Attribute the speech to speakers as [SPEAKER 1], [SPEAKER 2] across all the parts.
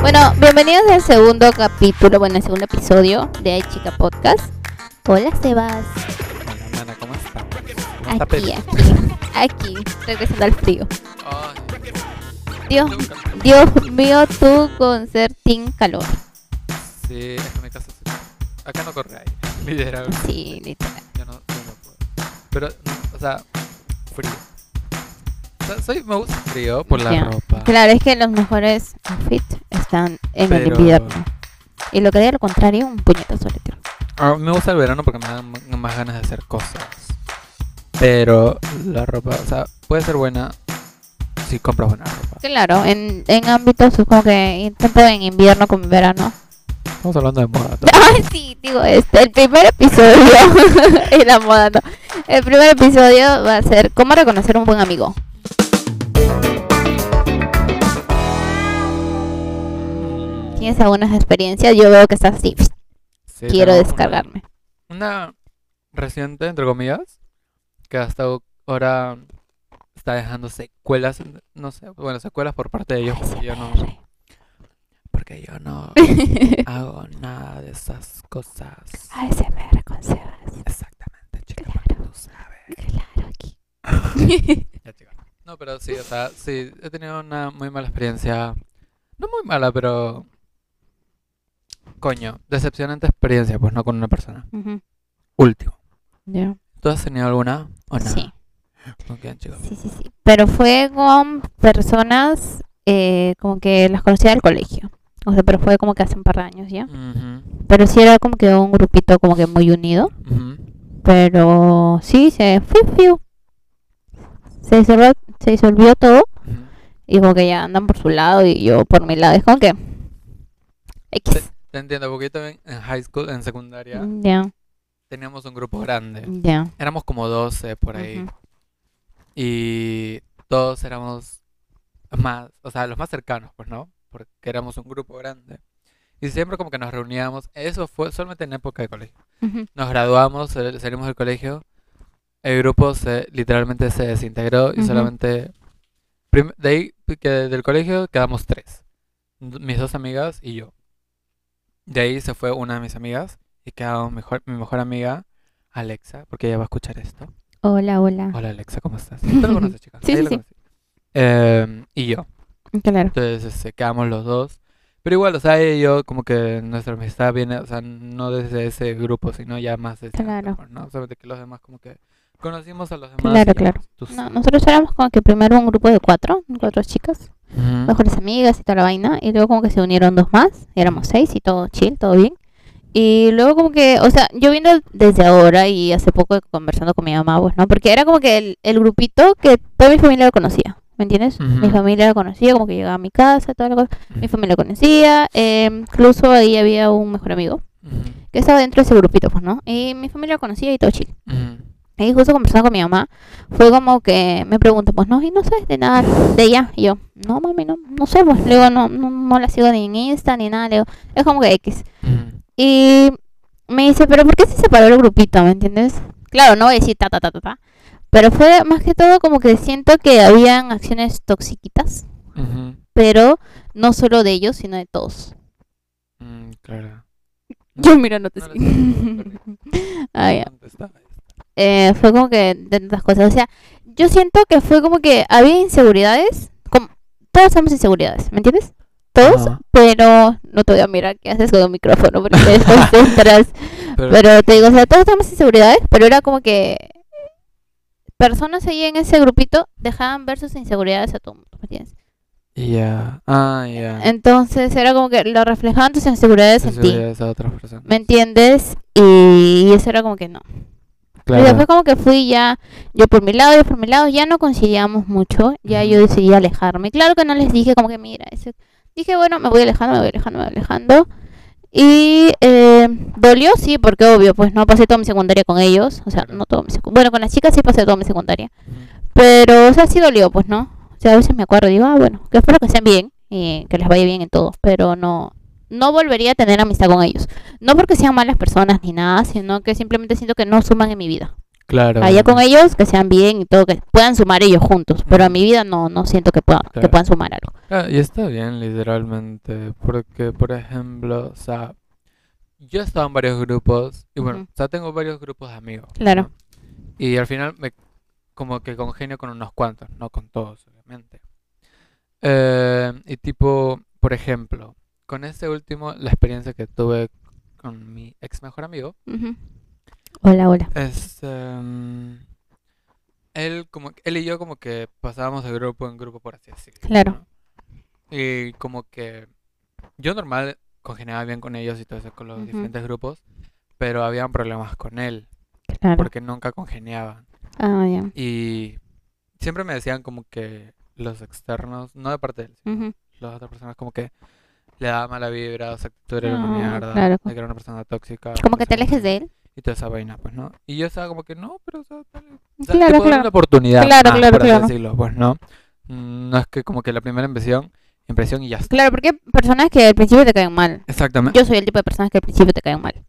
[SPEAKER 1] Bueno, bienvenidos al segundo capítulo, bueno, al segundo episodio de Ay Chica Podcast. Hola, Sebas.
[SPEAKER 2] Hola, mana, ¿cómo estás? ¿Cómo está
[SPEAKER 1] Aquí,
[SPEAKER 2] Pepe?
[SPEAKER 1] aquí, aquí, regresando al frío.
[SPEAKER 2] Ay,
[SPEAKER 1] Dios,
[SPEAKER 2] tengo calor.
[SPEAKER 1] Dios mío, tú con ser team calor.
[SPEAKER 2] Sí, es que en mi casa se- Acá no corre aire, literal.
[SPEAKER 1] Sí, literal.
[SPEAKER 2] Yo no, yo no puedo. Pero, no, o sea, frío. O sea, soy, me gusta el frío por la
[SPEAKER 1] Ya.
[SPEAKER 2] ropa.
[SPEAKER 1] Claro, es que los mejores outfits están en el
[SPEAKER 2] Pero-
[SPEAKER 1] invierno. Y lo que diga lo contrario, un puñetazo al tierra.
[SPEAKER 2] Ah, me gusta el verano porque me dan m- más ganas de hacer cosas. Pero la ropa, o sea, puede ser buena si compras buena ropa.
[SPEAKER 1] Claro, en, en ámbitos es como que tanto en invierno como en verano.
[SPEAKER 2] Estamos hablando de moda. ¿no?
[SPEAKER 1] Ay, sí, digo, este, el primer episodio, y la moda no. El primer episodio va a ser cómo reconocer un buen amigo. ¿Tienes algunas experiencias? Yo veo que estás así, pss,
[SPEAKER 2] Sí,
[SPEAKER 1] quiero
[SPEAKER 2] tengo una-
[SPEAKER 1] descargarme.
[SPEAKER 2] una reciente, entre comillas, que hasta o- ahora está dejando secuelas, no sé, bueno, secuelas por parte de ellos, porque yo no,
[SPEAKER 1] ASMR.
[SPEAKER 2] porque yo no hago nada de esas cosas.
[SPEAKER 1] ASMR con Sebas,
[SPEAKER 2] Exactamente, chica,
[SPEAKER 1] Claro.
[SPEAKER 2] porque tú sabes.
[SPEAKER 1] claro, aquí.
[SPEAKER 2] Ya, chica. No, pero sí, o sea, sí, he tenido una muy mala experiencia, no muy mala, pero... Coño, decepcionante experiencia, pues no con una persona.
[SPEAKER 1] Ujú,
[SPEAKER 2] Último.
[SPEAKER 1] ya.
[SPEAKER 2] ¿Tú has tenido alguna o nada?
[SPEAKER 1] Sí,
[SPEAKER 2] ¿Con quién, chico?
[SPEAKER 1] sí, sí, sí. Pero fue con personas eh, como que las conocía del colegio. O sea, pero fue como que hace un par de años ya.
[SPEAKER 2] Ujú,
[SPEAKER 1] Pero sí era como que un grupito como que muy unido.
[SPEAKER 2] ujú.
[SPEAKER 1] Pero sí, se fiu, fiu. Se disolvió, se disolvió todo
[SPEAKER 2] Ujú.
[SPEAKER 1] y como que ya andan por su lado y yo por mi lado. Es como que...
[SPEAKER 2] Te,
[SPEAKER 1] X.
[SPEAKER 2] te entiendo, porque yo también en high school, en secundaria,
[SPEAKER 1] Ya,
[SPEAKER 2] teníamos un grupo grande.
[SPEAKER 1] ya.
[SPEAKER 2] Éramos como 12 por ahí.
[SPEAKER 1] ujú.
[SPEAKER 2] Y todos éramos más, o sea, los más cercanos, pues, ¿no? Porque éramos un grupo grande. Y siempre como que nos reuníamos. Eso fue solamente en época de colegio.
[SPEAKER 1] Ujú.
[SPEAKER 2] Nos graduamos, sal- salimos del colegio. El grupo se, literalmente se desintegró y
[SPEAKER 1] Ujú.
[SPEAKER 2] solamente... prim- De ahí, que del colegio quedamos tres. D- Mis dos amigas y yo. De ahí se fue una de mis amigas y quedó mejor, mi mejor amiga, Alexa, porque ella va a escuchar esto.
[SPEAKER 1] Hola, hola.
[SPEAKER 2] Hola Alexa, ¿cómo estás? Tú lo conoces, chica.
[SPEAKER 1] Sí,
[SPEAKER 2] Ahí
[SPEAKER 1] sí,
[SPEAKER 2] lo
[SPEAKER 1] sí.
[SPEAKER 2] conocí. Em, y yo.
[SPEAKER 1] Claro.
[SPEAKER 2] Entonces este, quedamos los dos. Pero igual, o sea, ella y yo, como que nuestra amistad viene, o sea, no desde ese grupo, sino ya más desde
[SPEAKER 1] Claro.
[SPEAKER 2] antes, pues, ¿no? Solamente que los demás como que conocimos a los demás.
[SPEAKER 1] Claro,
[SPEAKER 2] y ya,
[SPEAKER 1] claro.
[SPEAKER 2] pues, tú
[SPEAKER 1] No,
[SPEAKER 2] sí.
[SPEAKER 1] nosotros éramos como que primero un grupo de cuatro, cuatro chicas,
[SPEAKER 2] Ujú.
[SPEAKER 1] mejores amigas y toda la vaina. Y luego como que se unieron dos más, y éramos seis y todo chill, todo bien. Y luego como que, o sea, yo viendo desde ahora y hace poco conversando con mi mamá, pues, ¿no? Porque era como que el, el grupito que toda mi familia lo conocía, ¿me entiendes? Mi
[SPEAKER 2] Ujú.
[SPEAKER 1] familia lo conocía, como que llegaba a mi casa, toda la cosa. Mi familia lo conocía, eh, incluso ahí había un mejor amigo
[SPEAKER 2] Ujú.
[SPEAKER 1] que estaba dentro de ese grupito, pues, ¿no? Y mi familia lo conocía y todo chill.
[SPEAKER 2] Ujú.
[SPEAKER 1] Y justo conversando con mi mamá, fue como que me pregunta, pues no, y no sabes de nada de ella. Y yo, no mami, no, no sé, pues le digo, no, no, no la sigo ni en Insta ni nada, le digo, es como que X.
[SPEAKER 2] Ujú.
[SPEAKER 1] Y me dice, pero ¿por qué se separó el grupito? ¿Me entiendes? Claro, no voy a decir ta, ta, ta, ta, ta. Pero fue más que todo como que siento que habían acciones toxiquitas,
[SPEAKER 2] Ujú.
[SPEAKER 1] pero no solo de ellos, sino de todos.
[SPEAKER 2] Mm, Claro.
[SPEAKER 1] Yo mirándote
[SPEAKER 2] No
[SPEAKER 1] así.
[SPEAKER 2] le estoy dando
[SPEAKER 1] Ah, ya.
[SPEAKER 2] ¿Dónde está?
[SPEAKER 1] eh, fue como que de tantas cosas. O sea, yo siento que fue como que había inseguridades. Como, todos somos inseguridades, ¿me entiendes? Todos,
[SPEAKER 2] Ajá.
[SPEAKER 1] pero no te voy a mirar qué haces con el micrófono porque después te entras.
[SPEAKER 2] Pero,
[SPEAKER 1] Pero te digo, o sea, todos tenemos inseguridades, pero era como que personas ahí en ese grupito dejaban ver sus inseguridades a todo el mundo, ¿me entiendes?
[SPEAKER 2] ya. Ah, ya.
[SPEAKER 1] Entonces era como que lo reflejaban tus inseguridades en ti,
[SPEAKER 2] Sensibilidades a otras personas.
[SPEAKER 1] ¿me entiendes? Y eso era como que no. Y después como que fui ya, yo por mi lado, yo por mi lado, ya no conciliamos mucho, ya yo
[SPEAKER 2] Ujú.
[SPEAKER 1] decidí alejarme. Claro que no les dije como que mira, eso. dije bueno, me voy alejando, me voy alejando, me voy alejando. Y eh, dolió, sí, porque obvio, pues no pasé toda mi secundaria con ellos, o sea,
[SPEAKER 2] Claro.
[SPEAKER 1] no todo mi secu- bueno, con las chicas sí pasé toda mi secundaria,
[SPEAKER 2] Ujú.
[SPEAKER 1] pero o sea, sí dolió, pues no. O sea, a veces me acuerdo y digo, ah, bueno, que espero que estén bien y que les vaya bien en todo, pero no no volvería a tener amistad con ellos. No porque sean malas personas ni nada, sino que simplemente siento que no suman en mi vida.
[SPEAKER 2] Claro.
[SPEAKER 1] Allá con
[SPEAKER 2] obviamente.
[SPEAKER 1] ellos, que sean bien y todo, que puedan sumar ellos juntos. Pero a
[SPEAKER 2] Ujú.
[SPEAKER 1] mi vida no, no siento que, pueda- que
[SPEAKER 2] Claro.
[SPEAKER 1] puedan sumar algo.
[SPEAKER 2] Ah, y está bien, literalmente, porque, por ejemplo, o sea, yo he estado en varios grupos, y bueno,
[SPEAKER 1] Ujú.
[SPEAKER 2] o sea, tengo varios grupos de amigos.
[SPEAKER 1] Claro.
[SPEAKER 2] ¿no? Y al final me como que congenio con unos cuantos, no con todos, obviamente. Eh, y tipo, por ejemplo, con este último, la experiencia que tuve con mi ex mejor amigo,
[SPEAKER 1] Ujú. Hola, hola.
[SPEAKER 2] es... em, Este, él, como, él y yo como que pasábamos de grupo en grupo, por así decirlo.
[SPEAKER 1] Claro.
[SPEAKER 2] ¿no? Y como que yo normal congeniaba bien con ellos y todo eso, con los
[SPEAKER 1] Ujú.
[SPEAKER 2] diferentes grupos, pero habían problemas con él,
[SPEAKER 1] Claro.
[SPEAKER 2] porque nunca congeniaban.
[SPEAKER 1] Ah, ya.
[SPEAKER 2] Y siempre me decían como que los externos, no de parte de él, sino
[SPEAKER 1] Ujú.
[SPEAKER 2] las otras personas como que le daba mala vibra, su actitud era una
[SPEAKER 1] Ah,
[SPEAKER 2] mierda,
[SPEAKER 1] claro.
[SPEAKER 2] de que era una persona tóxica.
[SPEAKER 1] Como que te alejes de él.
[SPEAKER 2] Y toda esa vaina, pues, ¿no? Y yo estaba como que, no, pero, o sea, dale, o sea,
[SPEAKER 1] Claro,
[SPEAKER 2] tipo, dale
[SPEAKER 1] claro.
[SPEAKER 2] una oportunidad
[SPEAKER 1] Claro,
[SPEAKER 2] más,
[SPEAKER 1] claro,
[SPEAKER 2] por así
[SPEAKER 1] claro.
[SPEAKER 2] decirlo, pues, ¿no? Mm, No es que como que la primera impresión, impresión y ya está.
[SPEAKER 1] Claro, porque hay personas que al principio te caen mal.
[SPEAKER 2] Exactamente.
[SPEAKER 1] Yo soy el tipo de personas que al principio te caen mal.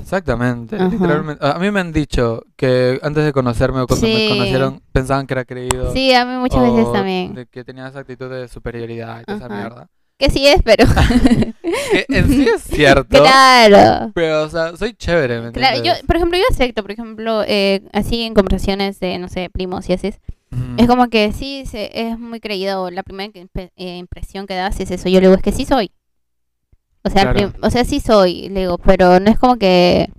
[SPEAKER 2] Exactamente,
[SPEAKER 1] Ajá.
[SPEAKER 2] literalmente. A a mí me han dicho que antes de conocerme o cuando me
[SPEAKER 1] Sí.
[SPEAKER 2] conocieron pensaban que era creído.
[SPEAKER 1] Sí, a mí muchas
[SPEAKER 2] o
[SPEAKER 1] veces también.
[SPEAKER 2] Oh, De que tenía esa actitud de superioridad y toda esa
[SPEAKER 1] Ajá.
[SPEAKER 2] mierda.
[SPEAKER 1] Que sí es, pero.
[SPEAKER 2] Que en sí es cierto.
[SPEAKER 1] claro.
[SPEAKER 2] Pero, o sea, soy chévere, ¿me
[SPEAKER 1] Claro, yo,
[SPEAKER 2] entiendes?
[SPEAKER 1] por ejemplo, yo acepto, por ejemplo, eh, así en conversaciones de, no sé, primos y así.
[SPEAKER 2] Ujú.
[SPEAKER 1] Es como que sí, se- es muy creído. o La primera que impe- eh, impresión que das es eso. Yo le digo, es que sí soy. O sea,
[SPEAKER 2] Claro.
[SPEAKER 1] prim- o sea sí soy, le digo, pero no es como que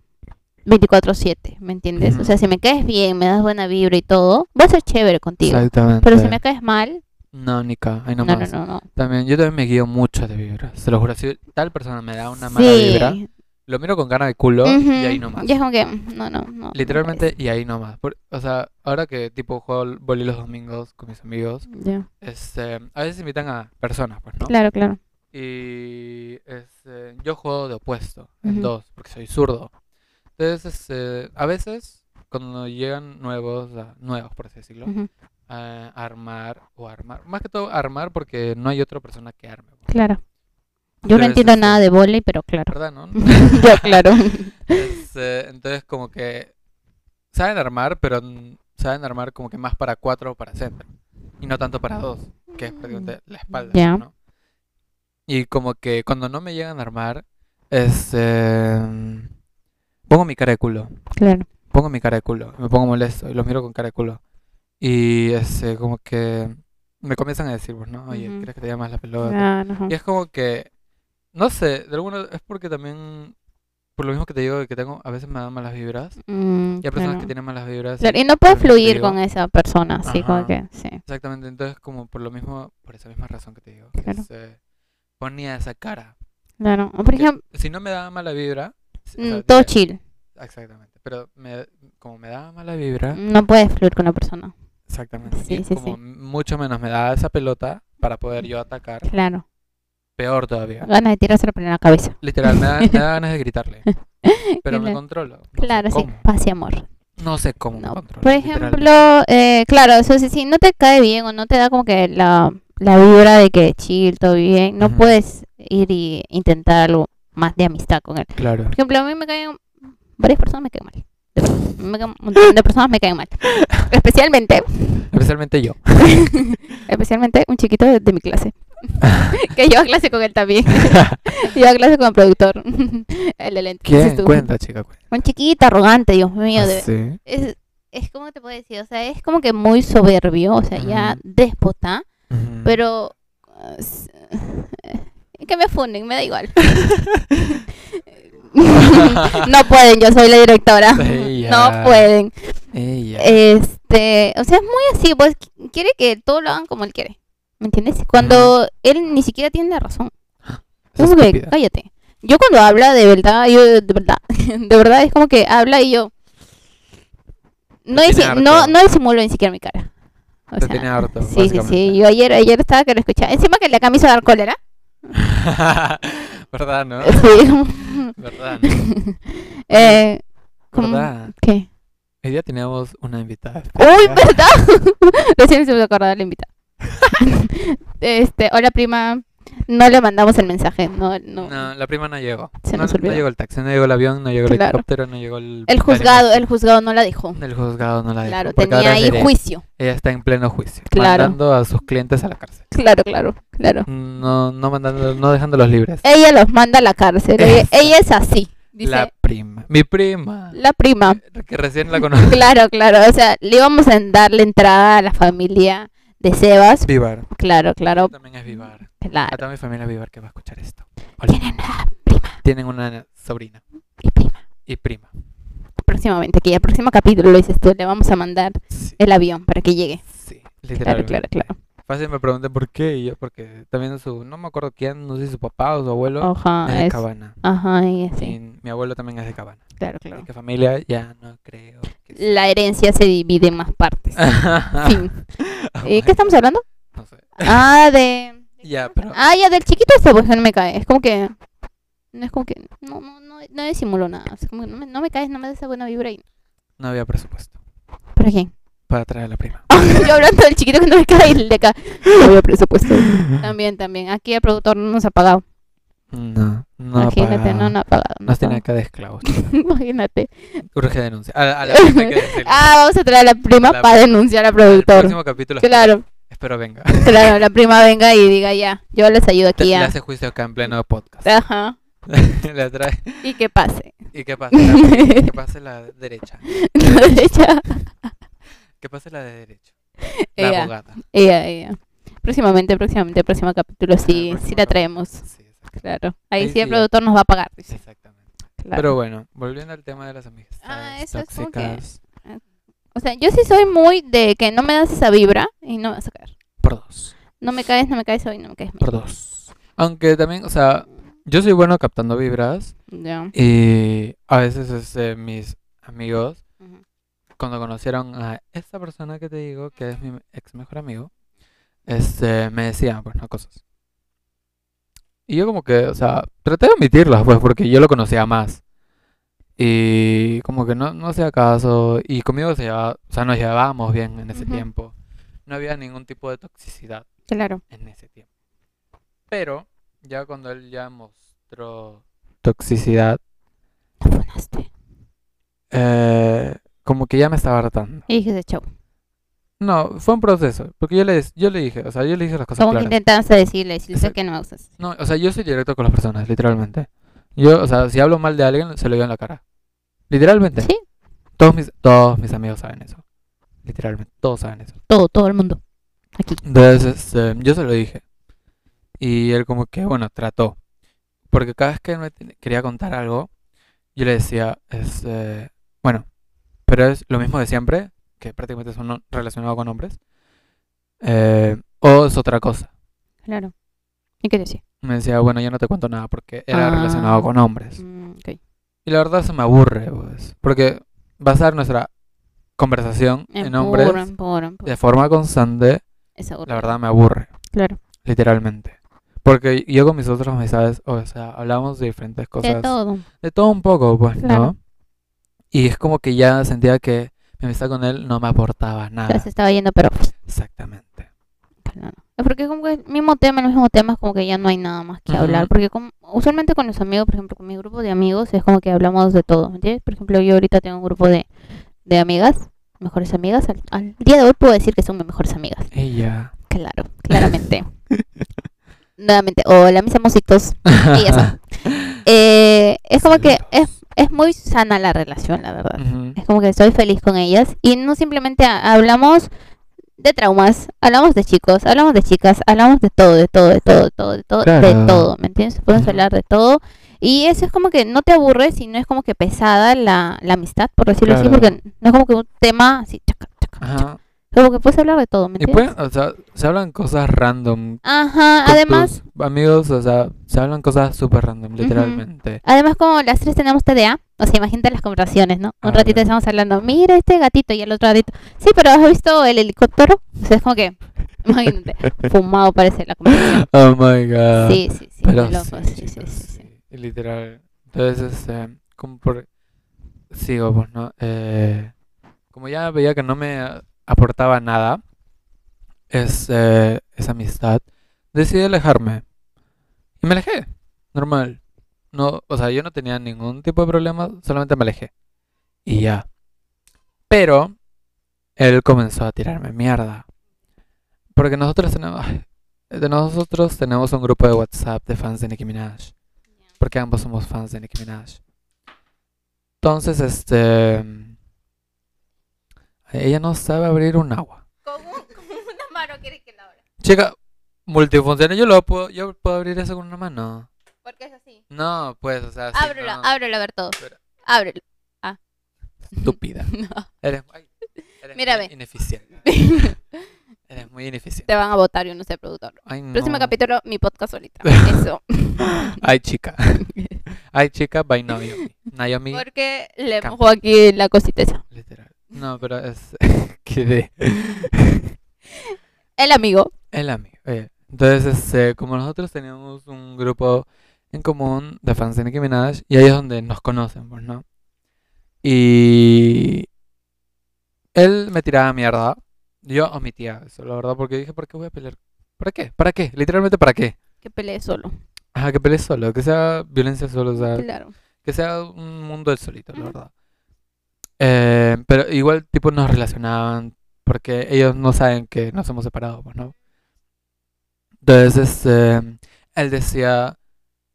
[SPEAKER 1] 24-7, ¿me entiendes?
[SPEAKER 2] Ujú.
[SPEAKER 1] O sea, si me caes bien, me das buena vibra y todo, voy a ser chévere contigo.
[SPEAKER 2] Exactamente.
[SPEAKER 1] Pero si me caes mal,
[SPEAKER 2] No, Nica, ahí
[SPEAKER 1] no, no,
[SPEAKER 2] nomás.
[SPEAKER 1] no. no.
[SPEAKER 2] También, yo también me guío mucho de vibra. Se lo juro, si tal persona me da una mala vibra,
[SPEAKER 1] Sí.
[SPEAKER 2] lo miro con gana de culo
[SPEAKER 1] Ujú.
[SPEAKER 2] y ahí nomás.
[SPEAKER 1] Y es como que, mm, no, no, no. no
[SPEAKER 2] Literalmente, y ahí nomás. Por- o sea, ahora que tipo juego al vóley los domingos con mis amigos,
[SPEAKER 1] me parece. Ya.
[SPEAKER 2] este, a veces invitan a personas, pues, ¿no?
[SPEAKER 1] Claro, claro.
[SPEAKER 2] Y este, yo juego de opuesto,
[SPEAKER 1] Ujú.
[SPEAKER 2] en dos, porque soy zurdo. Entonces, este, a veces, cuando llegan nuevos, a- nuevos, por así decirlo,
[SPEAKER 1] Ujú.
[SPEAKER 2] a armar o armar, más que todo armar porque no hay otra persona que arme. pues.
[SPEAKER 1] Claro. Yo no
[SPEAKER 2] Entonces,
[SPEAKER 1] entiendo
[SPEAKER 2] este,
[SPEAKER 1] nada de volei, pero claro.
[SPEAKER 2] ¿Verdad, no?
[SPEAKER 1] Yo, claro.
[SPEAKER 2] Este, entonces, como que saben armar, pero n- saben armar como que más para cuatro o para centro. Y no tanto para dos, que es prácticamente la espalda,
[SPEAKER 1] Ya.
[SPEAKER 2] ¿no? Y como que cuando no me llegan a armar, este, pongo mi cara de culo.
[SPEAKER 1] Claro.
[SPEAKER 2] Pongo mi cara de culo. Me pongo molesto y los miro con cara de culo. Y este, como que me comienzan a decir, pues, ¿no? Oye,
[SPEAKER 1] Ujú.
[SPEAKER 2] ¿crees que te llamas la pelota?
[SPEAKER 1] Ah, no.
[SPEAKER 2] Y es como que, no sé, de alguna es porque también, por lo mismo que te digo, de que tengo, a veces me dan malas vibras.
[SPEAKER 1] Mm,
[SPEAKER 2] Y hay personas que
[SPEAKER 1] claro.
[SPEAKER 2] tienen malas vibras.
[SPEAKER 1] Claro,
[SPEAKER 2] y
[SPEAKER 1] y no
[SPEAKER 2] por
[SPEAKER 1] puedes
[SPEAKER 2] lo mismo que te
[SPEAKER 1] fluir
[SPEAKER 2] digo,
[SPEAKER 1] con esa persona, así como
[SPEAKER 2] Ajá.
[SPEAKER 1] que, sí.
[SPEAKER 2] Exactamente, entonces como por lo mismo, por esa misma razón que te digo, que
[SPEAKER 1] Claro.
[SPEAKER 2] se ponía esa cara.
[SPEAKER 1] Claro. O por
[SPEAKER 2] que
[SPEAKER 1] ejemplo,
[SPEAKER 2] si no me daba mala vibra, si- o sea,
[SPEAKER 1] mm, todo
[SPEAKER 2] diga-
[SPEAKER 1] chill.
[SPEAKER 2] exactamente, pero me- como me daba mala vibra,
[SPEAKER 1] No puedes fluir con la persona.
[SPEAKER 2] exactamente, y
[SPEAKER 1] Mm. Sí, sí,
[SPEAKER 2] como
[SPEAKER 1] sí.
[SPEAKER 2] mucho menos me daba esa pelota para poder yo atacar,
[SPEAKER 1] Claro.
[SPEAKER 2] peor todavía.
[SPEAKER 1] Ganas de tirarse en la cabeza.
[SPEAKER 2] Literal, me da, me da ganas de gritarle, pero me
[SPEAKER 1] Claro.
[SPEAKER 2] controlo. No
[SPEAKER 1] Claro,
[SPEAKER 2] sé
[SPEAKER 1] sí.
[SPEAKER 2] cómo,
[SPEAKER 1] Paz y amor.
[SPEAKER 2] no sé cómo me
[SPEAKER 1] No.
[SPEAKER 2] controlo.
[SPEAKER 1] Por
[SPEAKER 2] literalmente.
[SPEAKER 1] ejemplo, eh, claro, o sea, si, si no te cae bien o no te da como que la, la vibra de que chill, todo bien, no
[SPEAKER 2] Ujú.
[SPEAKER 1] puedes ir y intentar algo más de amistad con él.
[SPEAKER 2] Claro.
[SPEAKER 1] Por ejemplo, a mí me caen varias personas me caen mal. De verdad, me caen- un montón de personas me caen mal. Especialmente
[SPEAKER 2] Especialmente yo.
[SPEAKER 1] Especialmente un chiquito de, de mi clase. que yo a clase con él también. yo a clase con el productor. el de lentes. dices
[SPEAKER 2] ¿Quién?
[SPEAKER 1] tú.
[SPEAKER 2] Cuenta, chica, cuenta.
[SPEAKER 1] Un chiquito arrogante, Dios mío. de-
[SPEAKER 2] Sí.
[SPEAKER 1] es, es como te puedo decir, o sea, es como que muy soberbio, o sea, ya
[SPEAKER 2] Ujú.
[SPEAKER 1] déspota,
[SPEAKER 2] Ujú.
[SPEAKER 1] pero... eh, s- que me funden, me da igual. no pueden, yo soy la directora.
[SPEAKER 2] Sí, ya.
[SPEAKER 1] No pueden.
[SPEAKER 2] Ella.
[SPEAKER 1] Este, o sea, es muy así, pues qu- quiere que todo lo hagan como él quiere. ¿Me entiendes? Cuando él ni siquiera tiene la razón.
[SPEAKER 2] Esa
[SPEAKER 1] Es como que,
[SPEAKER 2] estúpida.
[SPEAKER 1] cállate. Yo cuando habla de verdad, yo de verdad, de verdad es como que habla y yo no
[SPEAKER 2] Te tiene
[SPEAKER 1] disi- no
[SPEAKER 2] harto.
[SPEAKER 1] no disimulo ni siquiera mi cara. O
[SPEAKER 2] Te
[SPEAKER 1] sea,
[SPEAKER 2] tiene harto,
[SPEAKER 1] sí, sí, sí.
[SPEAKER 2] básicamente.
[SPEAKER 1] Yo ayer ayer estaba que lo escuchaba. Encima que la camisa dar cólera.
[SPEAKER 2] ¿Verdad, no?
[SPEAKER 1] Sí.
[SPEAKER 2] ¿Verdad, no?
[SPEAKER 1] eh, ¿cómo?
[SPEAKER 2] Mm. ¿Verdad?
[SPEAKER 1] ¿Qué?
[SPEAKER 2] Hoy día teníamos una invitada.
[SPEAKER 1] Uy,
[SPEAKER 2] especial.
[SPEAKER 1] ¿verdad? Recién se me acordó de la invitada. este, hola prima. No le mandamos el mensaje, no, no.
[SPEAKER 2] No, la prima no llegó.
[SPEAKER 1] Se
[SPEAKER 2] no,
[SPEAKER 1] nos
[SPEAKER 2] no
[SPEAKER 1] olvidó.
[SPEAKER 2] llegó el taxi, no llegó el avión, no llegó el
[SPEAKER 1] Claro.
[SPEAKER 2] helicóptero, no llegó el...
[SPEAKER 1] El juzgado, el juzgado no la dejó.
[SPEAKER 2] El juzgado no la dejó.
[SPEAKER 1] Claro,
[SPEAKER 2] porque
[SPEAKER 1] tenía
[SPEAKER 2] ahora es
[SPEAKER 1] ahí
[SPEAKER 2] derecho.
[SPEAKER 1] juicio.
[SPEAKER 2] Ella está en pleno juicio.
[SPEAKER 1] Claro.
[SPEAKER 2] Mandando a sus clientes a la cárcel.
[SPEAKER 1] Claro, claro, claro.
[SPEAKER 2] No, no, mandando, no dejándolos libres.
[SPEAKER 1] Ella los manda a la cárcel. Ella,
[SPEAKER 2] Eso.
[SPEAKER 1] ella es así. Eh, Dice
[SPEAKER 2] La
[SPEAKER 1] la,
[SPEAKER 2] prima. Mi prima.
[SPEAKER 1] prima.
[SPEAKER 2] Que recién la conocí.
[SPEAKER 1] Claro, claro. O sea, le íbamos a darle entrada a la familia de Sebas.
[SPEAKER 2] Vivar.
[SPEAKER 1] Claro, claro,
[SPEAKER 2] También es Vivar. A
[SPEAKER 1] claro.
[SPEAKER 2] toda mi familia Vivar que va a escuchar esto. Hola.
[SPEAKER 1] Tienen una prima
[SPEAKER 2] Tienen una sobrina
[SPEAKER 1] y prima.
[SPEAKER 2] y prima.
[SPEAKER 1] Próximamente, que ya el próximo capítulo lo dices tú, le vamos a mandar
[SPEAKER 2] Sí,
[SPEAKER 1] el avión para que llegue.
[SPEAKER 2] sí,
[SPEAKER 1] Claro,
[SPEAKER 2] literalmente.
[SPEAKER 1] claro, claro.
[SPEAKER 2] Fácil me pregunté por qué y yo porque también su, no me acuerdo quién, no sé si su papá o su abuelo es
[SPEAKER 1] Ajá,
[SPEAKER 2] de
[SPEAKER 1] Oh, es.
[SPEAKER 2] Cabana.
[SPEAKER 1] Ajá, y
[SPEAKER 2] Y
[SPEAKER 1] así.
[SPEAKER 2] mi abuelo también es de Cabana.
[SPEAKER 1] Claro,
[SPEAKER 2] Así
[SPEAKER 1] claro.
[SPEAKER 2] que familia ya no creo. que sea.
[SPEAKER 1] La herencia se divide en más partes.
[SPEAKER 2] Ah,
[SPEAKER 1] Fin. ¿Y qué estamos hablando?
[SPEAKER 2] No sé.
[SPEAKER 1] Ah, de.
[SPEAKER 2] Ya, pero
[SPEAKER 1] Ah, ya del chiquito esta pues no me cae. Es como que. No es como que. No, no, no, no disimuló nada. Es como que no me, no me caes, no me das esa buena vibra. Y...
[SPEAKER 2] no había presupuesto
[SPEAKER 1] ¿Para quién?
[SPEAKER 2] para traer a la prima.
[SPEAKER 1] Yo hablando del chiquito que no me cae y el de acá. No había presupuesto. También, también. Aquí el productor no nos ha pagado.
[SPEAKER 2] No, no ha
[SPEAKER 1] Imagínate,
[SPEAKER 2] pagado.
[SPEAKER 1] no nos ha pagado. no
[SPEAKER 2] Nos tiene
[SPEAKER 1] ha
[SPEAKER 2] acá de esclavos.
[SPEAKER 1] pagado. Imagínate.
[SPEAKER 2] Urge denuncia. A, la- a la prima hay que decirle.
[SPEAKER 1] Ah, vamos a traer a la prima
[SPEAKER 2] A la-
[SPEAKER 1] para denunciar al
[SPEAKER 2] El
[SPEAKER 1] productor.
[SPEAKER 2] próximo capítulo
[SPEAKER 1] Claro,
[SPEAKER 2] espero venga.
[SPEAKER 1] claro. La prima venga y diga ya. Yo les ayudo
[SPEAKER 2] Te-
[SPEAKER 1] aquí
[SPEAKER 2] Le
[SPEAKER 1] a.
[SPEAKER 2] hace juicio acá en pleno podcast.
[SPEAKER 1] Ajá.
[SPEAKER 2] Le trae.
[SPEAKER 1] Y que pase.
[SPEAKER 2] ¿Y qué pasa? La- Que pase la derecha.
[SPEAKER 1] La derecha.
[SPEAKER 2] Que pase la de derecho. La
[SPEAKER 1] Ella.
[SPEAKER 2] abogada.
[SPEAKER 1] Ella, ella. Próximamente, próximamente, próximo capítulo, sí,
[SPEAKER 2] próximo
[SPEAKER 1] sí la
[SPEAKER 2] capítulo.
[SPEAKER 1] traemos.
[SPEAKER 2] Sí, exact-
[SPEAKER 1] Claro. Ahí
[SPEAKER 2] Ahí
[SPEAKER 1] sí,
[SPEAKER 2] sí
[SPEAKER 1] el
[SPEAKER 2] ya.
[SPEAKER 1] productor nos va a pagar. dice.
[SPEAKER 2] exactamente.
[SPEAKER 1] Claro.
[SPEAKER 2] Pero bueno, volviendo al tema de las amistades
[SPEAKER 1] Ah, eso es como que-
[SPEAKER 2] tóxicas.
[SPEAKER 1] o sea, yo sí soy muy de que no me das esa vibra y no me vas a caer.
[SPEAKER 2] Por dos.
[SPEAKER 1] No me caes, no me caes hoy, no me caes
[SPEAKER 2] Por dos. Aunque también, o sea, yo soy bueno captando vibras.
[SPEAKER 1] mañana. Ya.
[SPEAKER 2] Y Eh, a veces este, mis amigos
[SPEAKER 1] Ujú.
[SPEAKER 2] cuando conocieron a esta persona que te digo, que es mi ex mejor amigo, este, me decían, pues, no, cosas. Y yo como que, o sea, traté de omitirlas, pues, porque yo lo conocía más. Y como que no, no hacía caso. Y conmigo se llevaba, o sea, nos llevábamos bien en ese
[SPEAKER 1] Ujú.
[SPEAKER 2] tiempo. No había ningún tipo de toxicidad
[SPEAKER 1] Claro.
[SPEAKER 2] en ese tiempo. Pero, ya cuando él ya mostró toxicidad,
[SPEAKER 1] Lo funaste.
[SPEAKER 2] eh, como que ya me estaba hartando.
[SPEAKER 1] Y dijiste, chau.
[SPEAKER 2] Ah, No, fue un proceso, porque yo le, yo le dije, o sea, yo le dije las cosas
[SPEAKER 1] Como que
[SPEAKER 2] claras.
[SPEAKER 1] intentaste decirle, decirle
[SPEAKER 2] Exacto.
[SPEAKER 1] que no me gustas.
[SPEAKER 2] No, o sea, yo soy directo con las personas, literalmente. Yo, o sea, si hablo mal de alguien, se lo digo en la cara. Literalmente.
[SPEAKER 1] Sí,
[SPEAKER 2] Todos mis, todos mis amigos saben eso. Literalmente, todos saben eso.
[SPEAKER 1] todo, todo el mundo.
[SPEAKER 2] Entonces, eh, yo se lo dije. Y él como que, bueno, trató. Porque cada vez que me ten- quería contar algo, yo le decía, es, eh, bueno, pero es lo mismo de siempre, que prácticamente son no- relacionado con hombres. eh, o es otra cosa.
[SPEAKER 1] Claro. ¿Y qué decía?
[SPEAKER 2] Me decía, bueno, yo no te cuento nada porque era
[SPEAKER 1] Ah.
[SPEAKER 2] relacionado con hombres.
[SPEAKER 1] Mm, ok.
[SPEAKER 2] Y la verdad se me aburre, pues, porque basar nuestra conversación en hombres
[SPEAKER 1] Empurra, empurra, empurra.
[SPEAKER 2] de forma constante,
[SPEAKER 1] Es aburrido.
[SPEAKER 2] la verdad me aburre,
[SPEAKER 1] Claro.
[SPEAKER 2] literalmente. Porque yo con mis otras amistades, o sea, hablamos de diferentes cosas.
[SPEAKER 1] De todo.
[SPEAKER 2] de todo un poco, pues,
[SPEAKER 1] Claro.
[SPEAKER 2] ¿no? Y es como que ya sentía que mi amistad con él no me aportaba nada.
[SPEAKER 1] Ya se estaba yendo, pero. pues,
[SPEAKER 2] Exactamente.
[SPEAKER 1] Claro. Es Porque como que el mismo tema, el mismo tema es como que ya no hay nada más que hablar.
[SPEAKER 2] Ujú.
[SPEAKER 1] Porque como- usualmente con los amigos, por ejemplo, con mi grupo de amigos, es como que hablamos de todo, ¿me entiendes? Por ejemplo, yo ahorita tengo un grupo de, de amigas, mejores amigas. Al, al día de hoy puedo decir que son mis mejores amigas.
[SPEAKER 2] Ella.
[SPEAKER 1] Claro, claramente. Nuevamente, hola mis amositos. Y ya está. Eh, es como que es, es muy sana la relación, la verdad.
[SPEAKER 2] Ujú.
[SPEAKER 1] Es como que soy feliz con ellas y no simplemente ha- hablamos de traumas, hablamos de chicos, hablamos de chicas, hablamos de todo, de todo, de todo, de todo, de todo, de
[SPEAKER 2] Claro.
[SPEAKER 1] todo, ¿me entiendes? Podemos
[SPEAKER 2] Ujú.
[SPEAKER 1] hablar de todo y eso es como que no te aburres y no es como que pesada la, la amistad, por decirlo así,
[SPEAKER 2] Claro.
[SPEAKER 1] porque no es como que un tema así, chaca, chaca, chaca.
[SPEAKER 2] Ajá.
[SPEAKER 1] como que puedes hablar de todo, ¿me
[SPEAKER 2] Y
[SPEAKER 1] entiendes?
[SPEAKER 2] pues, o sea, se hablan cosas random.
[SPEAKER 1] Ajá,
[SPEAKER 2] con
[SPEAKER 1] además,
[SPEAKER 2] tus amigos, o sea, se hablan cosas súper random, literalmente.
[SPEAKER 1] además como las tres tenemos TDA, o sea, imagínate las conversaciones, ¿no? Un
[SPEAKER 2] Ah,
[SPEAKER 1] ratito
[SPEAKER 2] bueno.
[SPEAKER 1] estamos hablando, mira este gatito y el otro gatito, sí, pero ¿has visto el helicóptero? O sea, es como que, imagínate. fumado parece la conversación.
[SPEAKER 2] Oh my god.
[SPEAKER 1] Sí, sí, sí,
[SPEAKER 2] Pero
[SPEAKER 1] muy loco,
[SPEAKER 2] sí,
[SPEAKER 1] sí, sí,
[SPEAKER 2] chicos,
[SPEAKER 1] sí, sí.
[SPEAKER 2] sí, y Literal. Entonces, este, como por... Sigo, pues, ¿no? Eh, como ya veía que no me a- aportaba este, nada, es, eh, esa amistad, decidí alejarme. Y me alejé, normal. No, o sea, yo no tenía ningún tipo de problema, solamente me alejé. Y ya. Pero él comenzó a tirarme mierda. Porque nosotros tenemos, ay, Eh, de nosotros tenemos un grupo de WhatsApp de fans de Nicki Minaj. Porque ambos somos fans de Nicki Minaj. Entonces, este... Ella no sabe abrir un agua.
[SPEAKER 1] Con, una mano quieres que la abra.
[SPEAKER 2] Chica, multifuncional, yo lo puedo, yo puedo abrir eso con una mano.
[SPEAKER 1] Porque es así.
[SPEAKER 2] No, pues, o sea, sí,
[SPEAKER 1] Ábrelo,
[SPEAKER 2] no.
[SPEAKER 1] ábrelo, Berto.
[SPEAKER 2] Espera.
[SPEAKER 1] Ábrelo.
[SPEAKER 2] estúpida.
[SPEAKER 1] No.
[SPEAKER 2] Eres, ay, eres
[SPEAKER 1] Mírame.
[SPEAKER 2] muy ineficiente. Eres muy ineficiente.
[SPEAKER 1] Te van a votar, yo no sé, productor.
[SPEAKER 2] Ay, no.
[SPEAKER 1] Próximo capítulo, mi podcast solita. Eso.
[SPEAKER 2] Ay, chica. Ay, chica, by Naomi. Naomi,
[SPEAKER 1] Porque le
[SPEAKER 2] Campo.
[SPEAKER 1] mojo aquí la cosita esa.
[SPEAKER 2] literal. No, pero es. Quedé.
[SPEAKER 1] El amigo.
[SPEAKER 2] El amigo. oye. Entonces, este, como nosotros teníamos un grupo en común de fans de Nicki Minaj, y ahí es donde nos conocen, pues, ¿no? Y él me tiraba mierda. Yo omitía eso, la verdad, porque dije, ¿por qué voy a pelear? ¿Para qué? ¿Para qué? Literalmente, ¿para qué?
[SPEAKER 1] Que pelee solo.
[SPEAKER 2] Ajá, que pelees solo, que sea violencia solo, o sea,
[SPEAKER 1] Claro.
[SPEAKER 2] que sea un mundo del solito, la
[SPEAKER 1] Ujú.
[SPEAKER 2] verdad. Eh, pero igual, tipo, nos relacionaban porque ellos no saben que nos hemos separado, pues, ¿no? Entonces, este, él decía,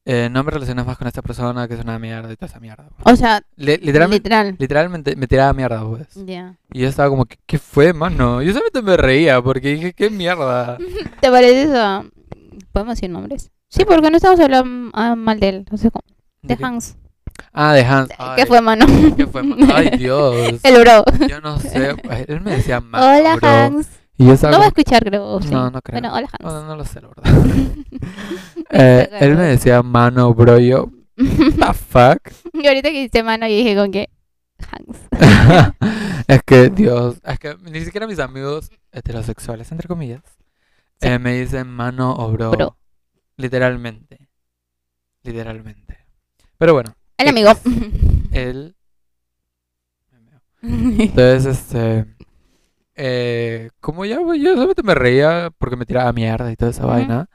[SPEAKER 2] eh, no me relaciones más con esta persona que es una mierda y toda esa mierda. pues.
[SPEAKER 1] O sea,
[SPEAKER 2] Li- literalmente,
[SPEAKER 1] literal.
[SPEAKER 2] literalmente me tiraba mierda, pues.
[SPEAKER 1] Ya.
[SPEAKER 2] Y yo estaba como, ¿qué, qué fue, mano? Yo solamente me reía porque dije, ¿qué mierda?
[SPEAKER 1] ¿Te pareces a. ¿Podemos decir nombres? Sí, porque no estamos hablando ah, mal de él. No sé cómo. De
[SPEAKER 2] ¿De qué?
[SPEAKER 1] Hans.
[SPEAKER 2] Ah, de Hans.
[SPEAKER 1] ¿Qué
[SPEAKER 2] Ay,
[SPEAKER 1] fue, mano?
[SPEAKER 2] ¿Qué fue, mano? Ay, Dios.
[SPEAKER 1] El bro.
[SPEAKER 2] Yo no sé. pues, Él me decía más.
[SPEAKER 1] Hola, Hans.
[SPEAKER 2] Y yo estaba
[SPEAKER 1] No va a
[SPEAKER 2] como-
[SPEAKER 1] escuchar, creo. o sí.
[SPEAKER 2] No, no creo.
[SPEAKER 1] Bueno, hola, Hans.
[SPEAKER 2] Bueno, no lo sé, la verdad. Eh, él me decía mano, bro. Yo, the fuck.
[SPEAKER 1] y ahorita que dice mano, yo dije con qué. Hans.
[SPEAKER 2] es que, Dios. Es que ni siquiera mis amigos heterosexuales, entre comillas,
[SPEAKER 1] Sí.
[SPEAKER 2] eh, me dicen mano o bro.
[SPEAKER 1] Bro.
[SPEAKER 2] Literalmente. Literalmente. Pero bueno,
[SPEAKER 1] El amigo.
[SPEAKER 2] él. Entonces, este. eh, como ya, güey, yo solamente me reía porque me tiraba mierda y toda esa
[SPEAKER 1] Ujú.
[SPEAKER 2] vaina.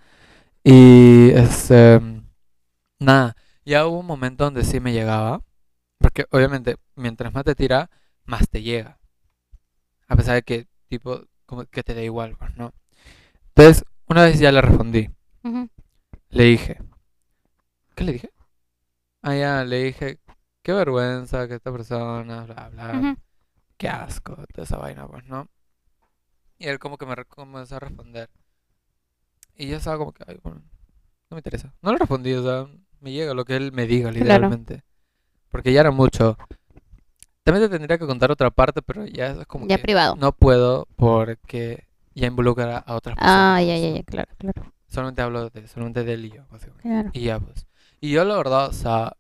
[SPEAKER 2] Y, este. Nada, ya hubo un momento donde sí me llegaba. Porque, obviamente, mientras más te tira, más te llega. A pesar de que, tipo, como que te da igual, pues, ¿no? Entonces, una vez ya le respondí.
[SPEAKER 1] Ujú.
[SPEAKER 2] Le dije. ¿Qué le dije? Ah, ya, le dije. Qué vergüenza que esta persona, bla, bla
[SPEAKER 1] Ujú.
[SPEAKER 2] qué asco, toda esa vaina, pues, ¿no? Y él como que me re- comenzó a responder. Y yo estaba como que, ay, bueno, no me interesa. No le respondí, o sea, me llega lo que él me diga,
[SPEAKER 1] Claro.
[SPEAKER 2] literalmente. Porque ya era mucho. También te tendría que contar otra parte, pero ya es como
[SPEAKER 1] Ya
[SPEAKER 2] que
[SPEAKER 1] privado.
[SPEAKER 2] no puedo porque ya involucra a otras personas.
[SPEAKER 1] Ah, ya,
[SPEAKER 2] pues,
[SPEAKER 1] ya,
[SPEAKER 2] ¿no?
[SPEAKER 1] ya, claro, claro.
[SPEAKER 2] Solamente hablo de, solamente del lío, básicamente.
[SPEAKER 1] claro.
[SPEAKER 2] Y ya, pues. Y yo, la verdad, o sea,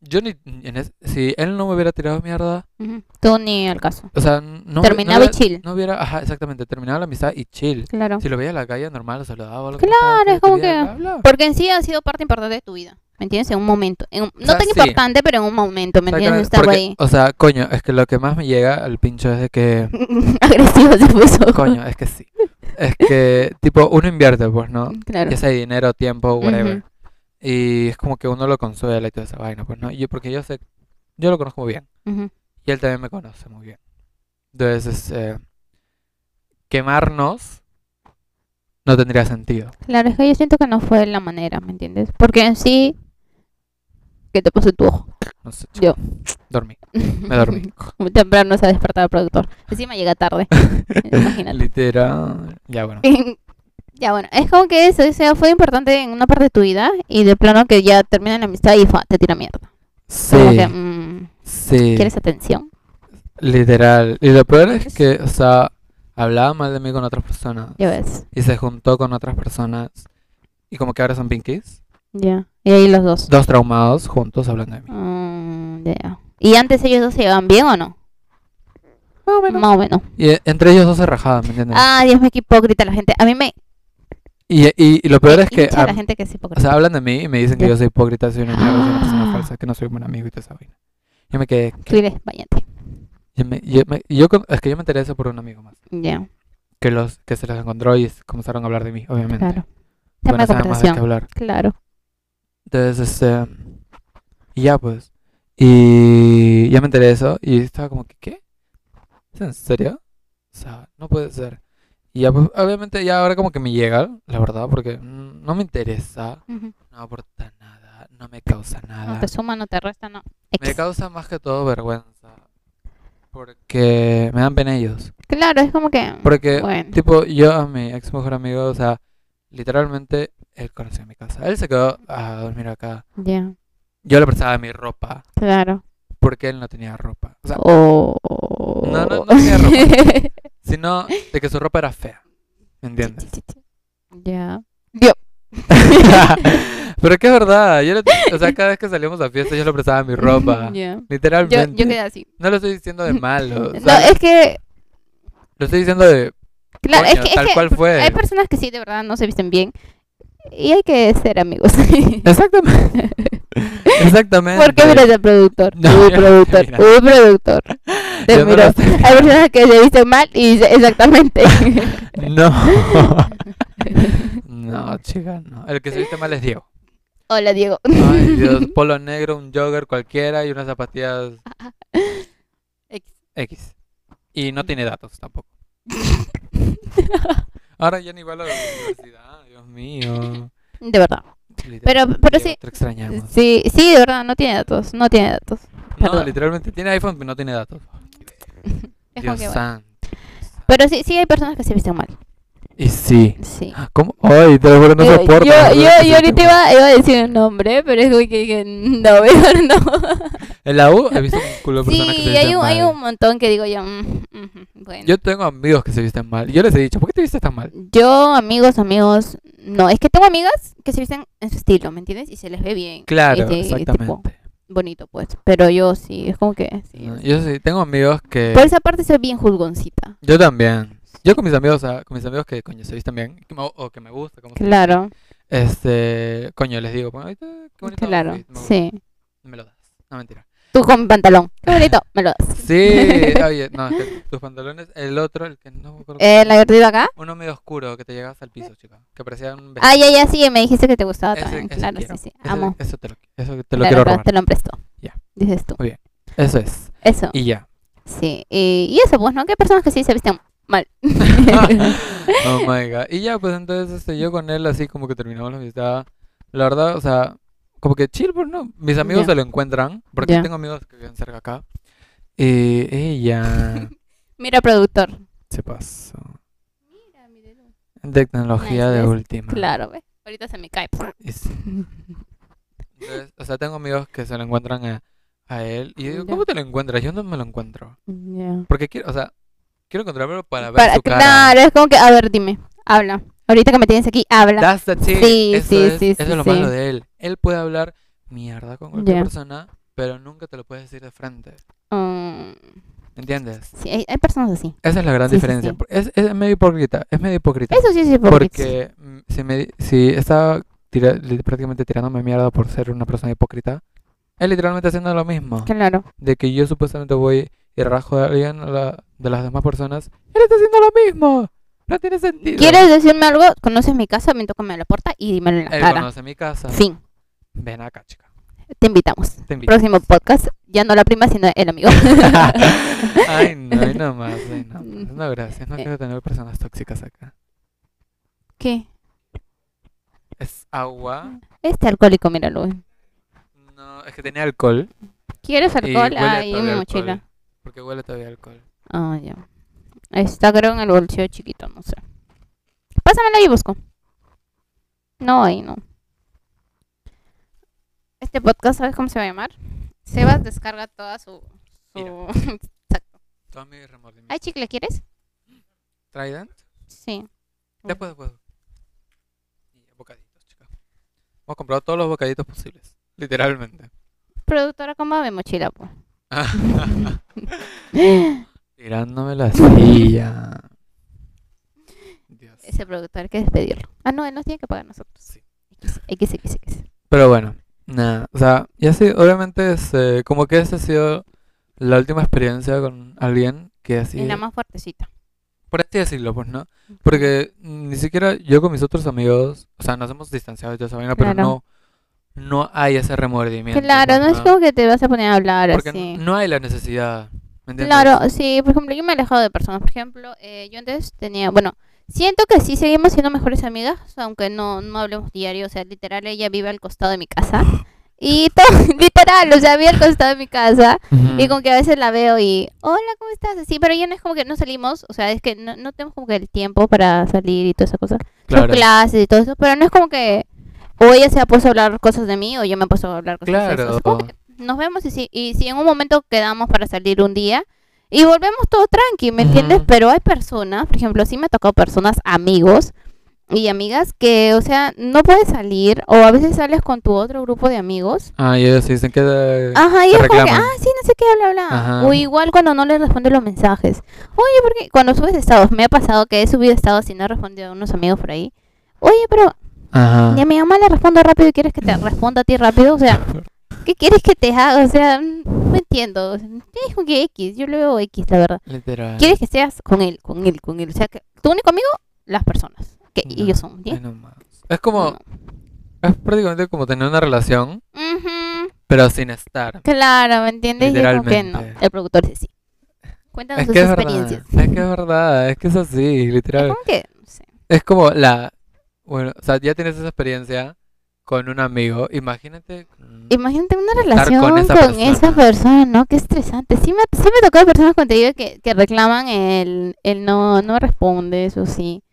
[SPEAKER 2] yo ni, en es- si él no me hubiera tirado mierda,
[SPEAKER 1] Ujú. Tú ni al caso.
[SPEAKER 2] o sea, n- no,
[SPEAKER 1] Terminaba
[SPEAKER 2] no
[SPEAKER 1] y
[SPEAKER 2] hubiera-
[SPEAKER 1] chill.
[SPEAKER 2] no hubiera, ajá, exactamente, terminaba la amistad y chill.
[SPEAKER 1] Claro.
[SPEAKER 2] Si lo veía en la calle, normal, lo saludaba. Lo
[SPEAKER 1] Claro, es como que-
[SPEAKER 2] Bla, bla.
[SPEAKER 1] Porque en sí ha sido parte importante de tu vida. ¿Me entiendes? En un momento. En un- no
[SPEAKER 2] sea,
[SPEAKER 1] tan
[SPEAKER 2] Ah, sí.
[SPEAKER 1] importante, pero en un momento. ¿Me entiendes? No
[SPEAKER 2] Exactamente,
[SPEAKER 1] estaba
[SPEAKER 2] porque,
[SPEAKER 1] ahí.
[SPEAKER 2] O sea, coño, es que lo que más me llega al pincho es de que.
[SPEAKER 1] Agresivo se puso.
[SPEAKER 2] Coño, es que sí. Es que, tipo, uno invierte, pues, ¿no?
[SPEAKER 1] Claro.
[SPEAKER 2] Ya sea dinero, tiempo, whatever.
[SPEAKER 1] Ujú.
[SPEAKER 2] Y es como que uno lo consuela y toda esa vaina, pues, ¿no? Y yo, porque yo sé. Yo lo conozco muy bien.
[SPEAKER 1] Ujú.
[SPEAKER 2] Y él también me conoce muy bien. Entonces, eh, quemarnos no tendría sentido.
[SPEAKER 1] Claro, es que yo siento que no fue la manera, ¿me entiendes? Porque en sí. ¿Qué te pasó en tu ojo?
[SPEAKER 2] No sé, chico. Dormí, me dormí.
[SPEAKER 1] Muy temprano se ha despertado el productor. Encima llega tarde. Imagínate.
[SPEAKER 2] Literal. Ya, bueno.
[SPEAKER 1] ya bueno, es como que eso, eso fue importante en una parte de tu vida y de plano que ya termina la amistad y fa, te tira mierda. Como
[SPEAKER 2] Sí,
[SPEAKER 1] que, mm,
[SPEAKER 2] sí.
[SPEAKER 1] ¿quieres atención?
[SPEAKER 2] Literal. Y lo peor es que, o sea, hablaba mal de mí con otras personas.
[SPEAKER 1] Ya ves.
[SPEAKER 2] Y se juntó con otras personas. Y como que ahora son pinkies.
[SPEAKER 1] Ya. Y ahí los dos.
[SPEAKER 2] Dos traumados juntos hablando de mí.
[SPEAKER 1] Mm, ya. ¿Y antes ellos dos se llevaban bien o no?
[SPEAKER 2] Más o menos.
[SPEAKER 1] Más o menos.
[SPEAKER 2] Y eh, entre ellos dos se rajaban, ¿me entiendes?
[SPEAKER 1] Ah, Dios mío, qué hipócrita la gente. A mí me
[SPEAKER 2] Y, y- y lo peor es que
[SPEAKER 1] hincha
[SPEAKER 2] ah,
[SPEAKER 1] la gente que es
[SPEAKER 2] O
[SPEAKER 1] hipócrita.
[SPEAKER 2] sea, hablan de mí y me dicen que
[SPEAKER 1] Ya.
[SPEAKER 2] yo soy hipócrita, soy una mierda, soy una persona
[SPEAKER 1] Ah.
[SPEAKER 2] falsa, que no soy un buen amigo y toda esa vaina. Yo me quedé.
[SPEAKER 1] Tú eres valiente.
[SPEAKER 2] Yo me- yo me- yo con- es que yo me enteré de eso por un amigo más.
[SPEAKER 1] Ya,
[SPEAKER 2] Que, los, que se los encontró y s- comenzaron a hablar de mí, obviamente.
[SPEAKER 1] claro. Tema
[SPEAKER 2] bueno,
[SPEAKER 1] de
[SPEAKER 2] saben más de qué
[SPEAKER 1] conversación.
[SPEAKER 2] hablar.
[SPEAKER 1] Claro.
[SPEAKER 2] Entonces, este. Y ya, pues. Y ya me enteré de eso. Y estaba como que, ¿qué? ¿Es en serio? O sea, no puede ser. Y ya, pues, obviamente, ya ahora como que me llega, la verdad, porque mm, no me interesa.
[SPEAKER 1] Ujú.
[SPEAKER 2] No aporta nada. No me causa
[SPEAKER 1] No
[SPEAKER 2] nada.
[SPEAKER 1] te suma, no te resta, no.
[SPEAKER 2] Ah. Me
[SPEAKER 1] X.
[SPEAKER 2] causa más que todo vergüenza. Porque me dan pena ellos.
[SPEAKER 1] Claro, es como que.
[SPEAKER 2] Porque,
[SPEAKER 1] Bueno.
[SPEAKER 2] tipo, yo a mi ex mejor amigo, o sea, literalmente él conoció mi casa. Él se quedó a dormir acá.
[SPEAKER 1] Ya,
[SPEAKER 2] Yo le prestaba mi ropa
[SPEAKER 1] claro.
[SPEAKER 2] porque él no tenía ropa. O sea,
[SPEAKER 1] O.
[SPEAKER 2] No, no, no tenía ropa. sino de que su ropa era fea. ¿Me entiendes?
[SPEAKER 1] Ya. Yo.
[SPEAKER 2] Pero que es verdad. Yo le- o sea, cada vez que salíamos a fiesta, yo le prestaba mi ropa.
[SPEAKER 1] Ya. Yo,
[SPEAKER 2] Literalmente.
[SPEAKER 1] yo quedé así.
[SPEAKER 2] No lo estoy diciendo de malo. o
[SPEAKER 1] No,
[SPEAKER 2] sea,
[SPEAKER 1] es que.
[SPEAKER 2] Lo estoy diciendo de.
[SPEAKER 1] Claro,
[SPEAKER 2] Coño,
[SPEAKER 1] es que.
[SPEAKER 2] tal
[SPEAKER 1] es que pues,
[SPEAKER 2] cual fue.
[SPEAKER 1] Hay personas que sí, de verdad, no se visten bien. Y hay que ser amigos.
[SPEAKER 2] Exactamente. Exactamente.
[SPEAKER 1] ¿Por qué miras al productor?
[SPEAKER 2] No,
[SPEAKER 1] Uy,
[SPEAKER 2] yo no
[SPEAKER 1] productor,
[SPEAKER 2] miro.
[SPEAKER 1] uy, productor. Te
[SPEAKER 2] Yo no
[SPEAKER 1] miró.
[SPEAKER 2] lo estoy-
[SPEAKER 1] Hay personas que se visten mal y dice exactamente.
[SPEAKER 2] No. No, chica, no. El que se viste mal es Diego.
[SPEAKER 1] Hola, Diego.
[SPEAKER 2] Ay, Dios, polo negro, un jogger cualquiera y unas zapatillas
[SPEAKER 1] X.
[SPEAKER 2] X. Y no tiene datos tampoco. Ahora ya ni va a la universidad, Dios mío.
[SPEAKER 1] De verdad. Pero-
[SPEAKER 2] Literalmente,
[SPEAKER 1] pero
[SPEAKER 2] Diego,
[SPEAKER 1] sí-
[SPEAKER 2] Te extrañamos.
[SPEAKER 1] Sí, sí, de verdad, no tiene datos. No tiene datos.
[SPEAKER 2] No,
[SPEAKER 1] perdón.
[SPEAKER 2] literalmente tiene iPhone, pero no tiene datos.
[SPEAKER 1] Es como
[SPEAKER 2] Dios
[SPEAKER 1] que, bueno.
[SPEAKER 2] santo.
[SPEAKER 1] Pero sí, sí hay personas que se visten mal.
[SPEAKER 2] Y sí.
[SPEAKER 1] Sí.
[SPEAKER 2] ¿Cómo? Ay, te lo juro, no
[SPEAKER 1] Yo-
[SPEAKER 2] soporto.
[SPEAKER 1] yo,
[SPEAKER 2] los
[SPEAKER 1] yo,
[SPEAKER 2] retos
[SPEAKER 1] yo ahorita
[SPEAKER 2] íntimos.
[SPEAKER 1] iba, iba a decir un nombre, pero es como que dije, no, mejor no.
[SPEAKER 2] En la U he visto un culo de personas que se
[SPEAKER 1] Sí,
[SPEAKER 2] visten
[SPEAKER 1] hay un, hay
[SPEAKER 2] mal.
[SPEAKER 1] un montón que digo yo, mm, mhm, bueno.
[SPEAKER 2] Yo tengo amigos que se visten mal. Yo les he dicho, ¿por qué te vistes tan mal?
[SPEAKER 1] Yo, amigos, amigos, no, es que tengo amigas que se visten en su estilo, ¿me entiendes? Y se les ve bien.
[SPEAKER 2] Claro,
[SPEAKER 1] y te- y tipo,
[SPEAKER 2] exactamente.
[SPEAKER 1] bonito, pues. Pero yo sí, es como que... sí,
[SPEAKER 2] No,
[SPEAKER 1] es-
[SPEAKER 2] Yo sí, tengo amigos que...
[SPEAKER 1] Por esa parte soy bien juzgoncita.
[SPEAKER 2] Yo también. Yo con mis amigos, o sea, con mis amigos que coño se visten bien, que me- o que me gusta, como se dice,
[SPEAKER 1] Claro,
[SPEAKER 2] este, coño, les digo, "Ay, qué bonito
[SPEAKER 1] claro,
[SPEAKER 2] outfit, me gusta,
[SPEAKER 1] sí.
[SPEAKER 2] me lo das. No, mentira.
[SPEAKER 1] Tú con mi pantalón. Qué bonito, me lo das.
[SPEAKER 2] Sí, oye, no, es que tus pantalones, el otro, el que no me acuerdo cómo
[SPEAKER 1] Eh,
[SPEAKER 2] se
[SPEAKER 1] ¿La
[SPEAKER 2] llama,
[SPEAKER 1] gordita acá?
[SPEAKER 2] uno medio oscuro que te llegaba hasta el piso, chica, que parecía un vestido.
[SPEAKER 1] Ah, ya, ya, sí, me dijiste que te gustaba
[SPEAKER 2] Ese-
[SPEAKER 1] también.
[SPEAKER 2] ese
[SPEAKER 1] claro,
[SPEAKER 2] quiero.
[SPEAKER 1] sí, sí.
[SPEAKER 2] Ese-
[SPEAKER 1] Amo.
[SPEAKER 2] Eso te lo, eso te lo
[SPEAKER 1] Claro, pero
[SPEAKER 2] quiero robar.
[SPEAKER 1] Te lo empresto.
[SPEAKER 2] Ya.
[SPEAKER 1] Dices tú.
[SPEAKER 2] Eso es.
[SPEAKER 1] Eso.
[SPEAKER 2] Y ya.
[SPEAKER 1] Sí. Y, y eso, pues, ¿no? Que hay personas que sí se visten mal.
[SPEAKER 2] oh my god. Y ya, pues entonces este, yo con él así como que terminamos la amistad. La verdad, o sea, como que chill, pues no. Mis amigos
[SPEAKER 1] Ya.
[SPEAKER 2] se lo encuentran, porque
[SPEAKER 1] Ya.
[SPEAKER 2] tengo amigos que viven cerca acá. Y ella
[SPEAKER 1] Mira, productor.
[SPEAKER 2] se pasó. Tecnología
[SPEAKER 1] Nice,
[SPEAKER 2] de
[SPEAKER 1] nice.
[SPEAKER 2] última.
[SPEAKER 1] Claro, ve. Ahorita se me cae.
[SPEAKER 2] Y sí. Entonces, o sea, tengo amigos que se lo encuentran a, a él. Y yo digo,
[SPEAKER 1] Ya.
[SPEAKER 2] ¿cómo te lo encuentras? Yo no me lo encuentro.
[SPEAKER 1] Ya.
[SPEAKER 2] Porque quiero, o sea, quiero encontrarlo para ver
[SPEAKER 1] Para-
[SPEAKER 2] su cara.
[SPEAKER 1] claro, es como que, a ver, dime. Habla. Ahorita que me tienes aquí, habla.
[SPEAKER 2] That's the thing.
[SPEAKER 1] Sí,
[SPEAKER 2] eso
[SPEAKER 1] sí,
[SPEAKER 2] es,
[SPEAKER 1] sí,
[SPEAKER 2] eso es
[SPEAKER 1] sí,
[SPEAKER 2] lo malo
[SPEAKER 1] sí.
[SPEAKER 2] de él. Él puede hablar mierda con cualquier
[SPEAKER 1] Ya.
[SPEAKER 2] persona, pero nunca te lo puedes decir de frente.
[SPEAKER 1] Mm,
[SPEAKER 2] ¿Entiendes?
[SPEAKER 1] sí, hay, hay personas así.
[SPEAKER 2] Esa es la gran
[SPEAKER 1] Sí, sí,
[SPEAKER 2] diferencia.
[SPEAKER 1] sí.
[SPEAKER 2] Por- Es, es medio hipócrita. Es medio hipócrita.
[SPEAKER 1] Eso sí es hipócrita.
[SPEAKER 2] porque mm, si, me, di- si estaba tira- li- prácticamente tirándome mierda por ser una persona hipócrita, él literalmente haciendo lo mismo.
[SPEAKER 1] Claro.
[SPEAKER 2] De que yo supuestamente voy y rajo a alguien a la- de las demás personas. Él está haciendo lo mismo. No tiene sentido.
[SPEAKER 1] ¿Quieres decirme algo? Conoces mi casa, ven, tócame a la puerta y dímelo en la
[SPEAKER 2] Él
[SPEAKER 1] cara.
[SPEAKER 2] conoce mi casa.
[SPEAKER 1] Fin.
[SPEAKER 2] Ven acá, chica.
[SPEAKER 1] Te invitamos.
[SPEAKER 2] Te invito.
[SPEAKER 1] Próximo podcast, ya no la prima, sino el amigo.
[SPEAKER 2] Ay, no, ay, no más, ay, no más. No, gracias. No
[SPEAKER 1] Eh.
[SPEAKER 2] quiero tener personas tóxicas acá.
[SPEAKER 1] ¿Qué?
[SPEAKER 2] ¿Es agua?
[SPEAKER 1] Este alcohólico, míralo.
[SPEAKER 2] No, es que tenía alcohol.
[SPEAKER 1] ¿Quieres
[SPEAKER 2] Y
[SPEAKER 1] alcohol?
[SPEAKER 2] huele
[SPEAKER 1] Ay, en mi
[SPEAKER 2] todavía alcohol,
[SPEAKER 1] mochila.
[SPEAKER 2] Porque huele todavía a alcohol.
[SPEAKER 1] Ah, ya. Está creo en el bolsillo chiquito, no sé. Pásamela y busco. No, ahí no. Este podcast, ¿sabes cómo se va a llamar? Sebas descarga toda su... su...
[SPEAKER 2] Ira. Todo mi remordimiento.
[SPEAKER 1] Oh. Ay, chicle, ¿quieres?
[SPEAKER 2] ¿Trident?
[SPEAKER 1] Sí. Oh.
[SPEAKER 2] Después, después. Y bocaditos, chicas. Hemos comprado todos los bocaditos posibles. Literalmente.
[SPEAKER 1] Productora, ¿cómo va mi mochila? pues. po?
[SPEAKER 2] Tirándome la silla. Dios.
[SPEAKER 1] Ese productor hay que despedirlo. Ah, no, él nos tiene que pagar a nosotros.
[SPEAKER 2] Sí.
[SPEAKER 1] X, X, X, X.
[SPEAKER 2] Pero bueno, nada, o sea, y así, obviamente, es, eh, como que esa ha sido la última experiencia con alguien que así,
[SPEAKER 1] Y la más fuertecita.
[SPEAKER 2] por así decirlo, pues, ¿no? Porque ni siquiera yo con mis otros amigos, o sea, nos hemos distanciado de esa vaina, pero
[SPEAKER 1] Claro.
[SPEAKER 2] no, no hay ese remordimiento.
[SPEAKER 1] Claro,
[SPEAKER 2] pues,
[SPEAKER 1] no es como que te vas a poner a hablar
[SPEAKER 2] Porque
[SPEAKER 1] así.
[SPEAKER 2] no hay la necesidad, ¿me entiendes?
[SPEAKER 1] Claro, sí, por ejemplo, yo me he alejado de personas. Por ejemplo, eh, yo antes tenía, bueno, siento que sí seguimos siendo mejores amigas, aunque no, no hablemos diario. O sea, literal, ella vive al costado de mi casa. Y todo, literal, o sea, vive al costado de mi casa. Y como que a veces la veo y, hola, ¿cómo estás? Así, pero ya no es como que no salimos. O sea, es que no, no tenemos como que el tiempo para salir y toda esa cosa. Son
[SPEAKER 2] claro.
[SPEAKER 1] clases y todo eso, pero no es como que o ella se ha puesto a hablar cosas de mí o yo me he puesto a hablar cosas de
[SPEAKER 2] Claro.
[SPEAKER 1] eso. Es como que nos vemos y si, y si en un momento quedamos para salir un día y volvemos todo tranqui, ¿me
[SPEAKER 2] Ujú.
[SPEAKER 1] entiendes? Pero hay personas, por ejemplo, sí me ha tocado personas, amigos y amigas que, o sea, no puedes salir o a veces sales con tu otro grupo de amigos.
[SPEAKER 2] Ah, y ellos dicen que... eh,
[SPEAKER 1] Ajá, y
[SPEAKER 2] te
[SPEAKER 1] es como que,
[SPEAKER 2] reclaman.
[SPEAKER 1] ah, sí, no sé qué, bla, bla.
[SPEAKER 2] Ajá.
[SPEAKER 1] O igual cuando no les responde los mensajes. Oye, porque cuando subes estados, me ha pasado que he subido estados y no he respondido a unos amigos por ahí. Oye, pero
[SPEAKER 2] Ajá.
[SPEAKER 1] y a mi mamá le respondo rápido y quieres que
[SPEAKER 2] Mm.
[SPEAKER 1] te responda a ti rápido. O sea, ¿qué quieres que te haga? O sea, mm, no entiendo. O sea, Te dijo que X, yo le veo X, la verdad.
[SPEAKER 2] Literal.
[SPEAKER 1] Quieres que seas con él, con él, con él. O sea, que tu único amigo, las personas. Que
[SPEAKER 2] No,
[SPEAKER 1] ellos son, ¿ya?
[SPEAKER 2] ay, no más. Es Mm. como, es prácticamente como tener una relación,
[SPEAKER 1] Ujú,
[SPEAKER 2] pero sin estar.
[SPEAKER 1] Claro, ¿me entiendes? Y es como que no.
[SPEAKER 2] Literalmente.
[SPEAKER 1] El productor dice sí. Cuéntanos
[SPEAKER 2] Es
[SPEAKER 1] sus
[SPEAKER 2] que es verdad,
[SPEAKER 1] experiencias.
[SPEAKER 2] es que es verdad, es que es así,
[SPEAKER 1] Es
[SPEAKER 2] literal.
[SPEAKER 1] como que, no sé.
[SPEAKER 2] Es como la, bueno, o sea, ya tienes esa experiencia con un amigo, imagínate. con-
[SPEAKER 1] Imagínate una relación
[SPEAKER 2] con
[SPEAKER 1] con,
[SPEAKER 2] esa
[SPEAKER 1] esa, persona.
[SPEAKER 2] persona.
[SPEAKER 1] ¿no? Qué estresante. Sí me, sí me tocó de personas como te digo que, que reclaman el, el no, no responde, eso sí.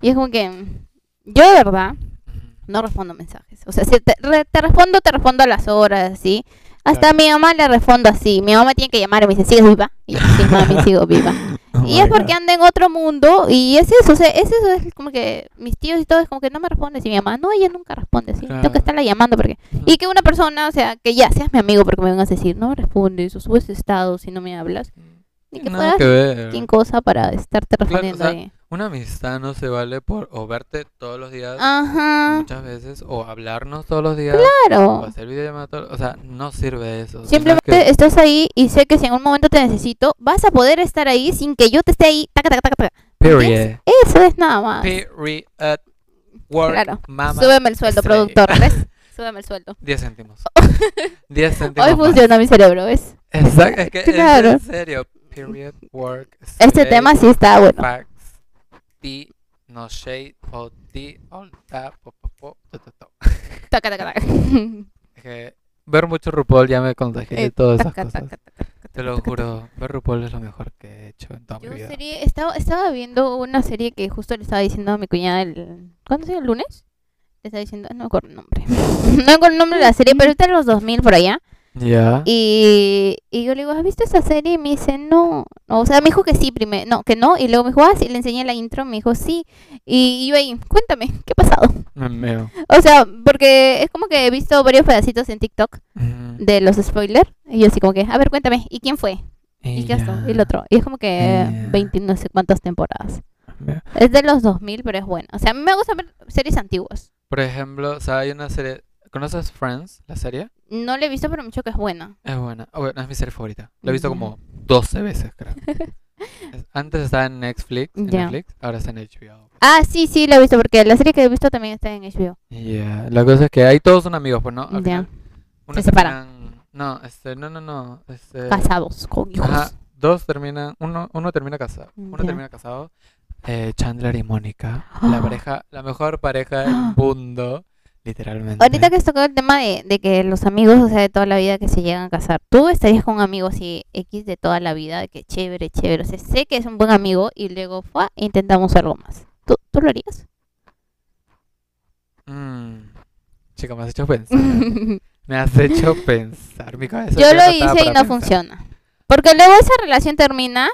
[SPEAKER 1] Y es como que mm, yo de verdad
[SPEAKER 2] Ujú.
[SPEAKER 1] no respondo mensajes. O sea, si te, re- te respondo, te respondo a las horas, así. Hasta
[SPEAKER 2] Claro.
[SPEAKER 1] a mi mamá le respondo así. Mi mamá me tiene que llamar y me dice, ¿sigues viva? Y yo, sí, mami, sigo viva.
[SPEAKER 2] Oh
[SPEAKER 1] Y
[SPEAKER 2] my
[SPEAKER 1] es
[SPEAKER 2] God.
[SPEAKER 1] porque anda en otro mundo y es eso, o sea, es eso, es como que mis tíos y todo es como que no me respondes y mi mamá, no, ella nunca responde, sí, tengo
[SPEAKER 2] Claro.
[SPEAKER 1] que estarla llamando porque... Y que una persona, o sea, que ya seas mi amigo porque me vengas a decir, no me respondes o subes estado si no me hablas, ni que puedas
[SPEAKER 2] Nada que ver.
[SPEAKER 1] cualquier cosa para estarte respondiendo
[SPEAKER 2] sea,
[SPEAKER 1] ahí.
[SPEAKER 2] Una amistad no se vale por o verte todos los días,
[SPEAKER 1] Ajá,
[SPEAKER 2] muchas veces, o hablarnos todos los días, o
[SPEAKER 1] claro.
[SPEAKER 2] hacer videollamadas todos, o sea, no sirve eso. sino
[SPEAKER 1] Simplemente
[SPEAKER 2] que-
[SPEAKER 1] estás ahí y sé que si en un momento te necesito, vas a poder estar ahí sin que yo te esté ahí. Taca, taca, taca, taca.
[SPEAKER 2] Period.
[SPEAKER 1] Eso es nada más.
[SPEAKER 2] Period. Work,
[SPEAKER 1] Claro.
[SPEAKER 2] mama.
[SPEAKER 1] Súbeme el sueldo,
[SPEAKER 2] estrella.
[SPEAKER 1] productor, ¿ves? Súbeme el sueldo.
[SPEAKER 2] 10 céntimos. 10 céntimos.
[SPEAKER 1] Hoy
[SPEAKER 2] más.
[SPEAKER 1] funciona mi cerebro, ¿ves?
[SPEAKER 2] Exacto, es que es
[SPEAKER 1] Claro.
[SPEAKER 2] en serio. Period, work,
[SPEAKER 1] Este
[SPEAKER 2] straight,
[SPEAKER 1] tema sí está bueno.
[SPEAKER 2] Facts, tea, no shade, o tea, all that, po, po, po, to, to, to.
[SPEAKER 1] Taca, taca, taca.
[SPEAKER 2] Es que ver mucho RuPaul ya me contagié de
[SPEAKER 1] Eh,
[SPEAKER 2] todas esas
[SPEAKER 1] Taca,
[SPEAKER 2] cosas.
[SPEAKER 1] taca, taca.
[SPEAKER 2] Te lo juro, ver RuPaul es lo mejor que he hecho en toda
[SPEAKER 1] Yo
[SPEAKER 2] mi vida.
[SPEAKER 1] serie, estaba, estaba viendo una serie que justo le estaba diciendo a mi cuñada el... ¿Cuándo fue? ¿El lunes? Le estaba diciendo, no me acuerdo el nombre. No me acuerdo el nombre de la serie, pero está en los 2000 por allá.
[SPEAKER 2] Ya.
[SPEAKER 1] Y, y yo le digo, ¿has visto esa serie? Y me dice, no. O sea, me dijo que sí primero, no, que no. Y luego me dijo, ah, sí, le enseñé la intro, me dijo, sí. Y yo ahí, cuéntame, ¿qué ha pasado?
[SPEAKER 2] Me meo.
[SPEAKER 1] O sea, porque es como que he visto varios pedacitos en TikTok
[SPEAKER 2] Ujú.
[SPEAKER 1] de los spoilers. Y yo así como que, a ver, cuéntame, ¿y quién fue? ¿Y qué pasó?
[SPEAKER 2] ya.
[SPEAKER 1] Y el otro. Y es como que
[SPEAKER 2] Ya.
[SPEAKER 1] 20 no sé cuántas temporadas.
[SPEAKER 2] Meo.
[SPEAKER 1] Es de los 2000, pero es buena. O sea, a mí me gusta ver series antiguas.
[SPEAKER 2] Por ejemplo, o sea, hay una serie. ¿Conoces Friends, la serie?
[SPEAKER 1] No la he visto, pero me choca es buena.
[SPEAKER 2] Es buena. Ah, bueno, es mi serie favorita. La he visto
[SPEAKER 1] Ya.
[SPEAKER 2] como 12 veces, creo. Es- Antes estaba en Netflix, en
[SPEAKER 1] Ya.
[SPEAKER 2] Netflix, ahora está en HBO.
[SPEAKER 1] Ah, sí, sí, la he visto, porque la serie que he visto también está en HBO.
[SPEAKER 2] Eh. Ya, La cosa es que ahí todos son amigos, pues no. Al
[SPEAKER 1] Ya.
[SPEAKER 2] final, unos
[SPEAKER 1] Se separan.
[SPEAKER 2] terminan- No, este, no, no, no. Este,
[SPEAKER 1] Casados con hijos.
[SPEAKER 2] ajá, dos terminan, uno, uno termina casado, uno
[SPEAKER 1] Ya.
[SPEAKER 2] termina casado. eh, Chandler y Mónica, la pareja, la mejor pareja del mundo, literalmente.
[SPEAKER 1] Ahorita que has tocado el tema de, de que los amigos, o sea, de toda la vida que se llegan a casar, ¿tú estarías con un amigo así X de toda la vida? de Que chévere, chévere. O sea, sé que es un buen amigo y luego, fue intentamos algo más. ¿Tú, tú lo harías?
[SPEAKER 2] Mm, Chica, me has hecho pensar. Me has hecho pensar. Mi cabeza
[SPEAKER 1] Yo
[SPEAKER 2] ya
[SPEAKER 1] lo
[SPEAKER 2] estaba
[SPEAKER 1] hice y no
[SPEAKER 2] para pensar.
[SPEAKER 1] funciona. Porque luego esa relación termina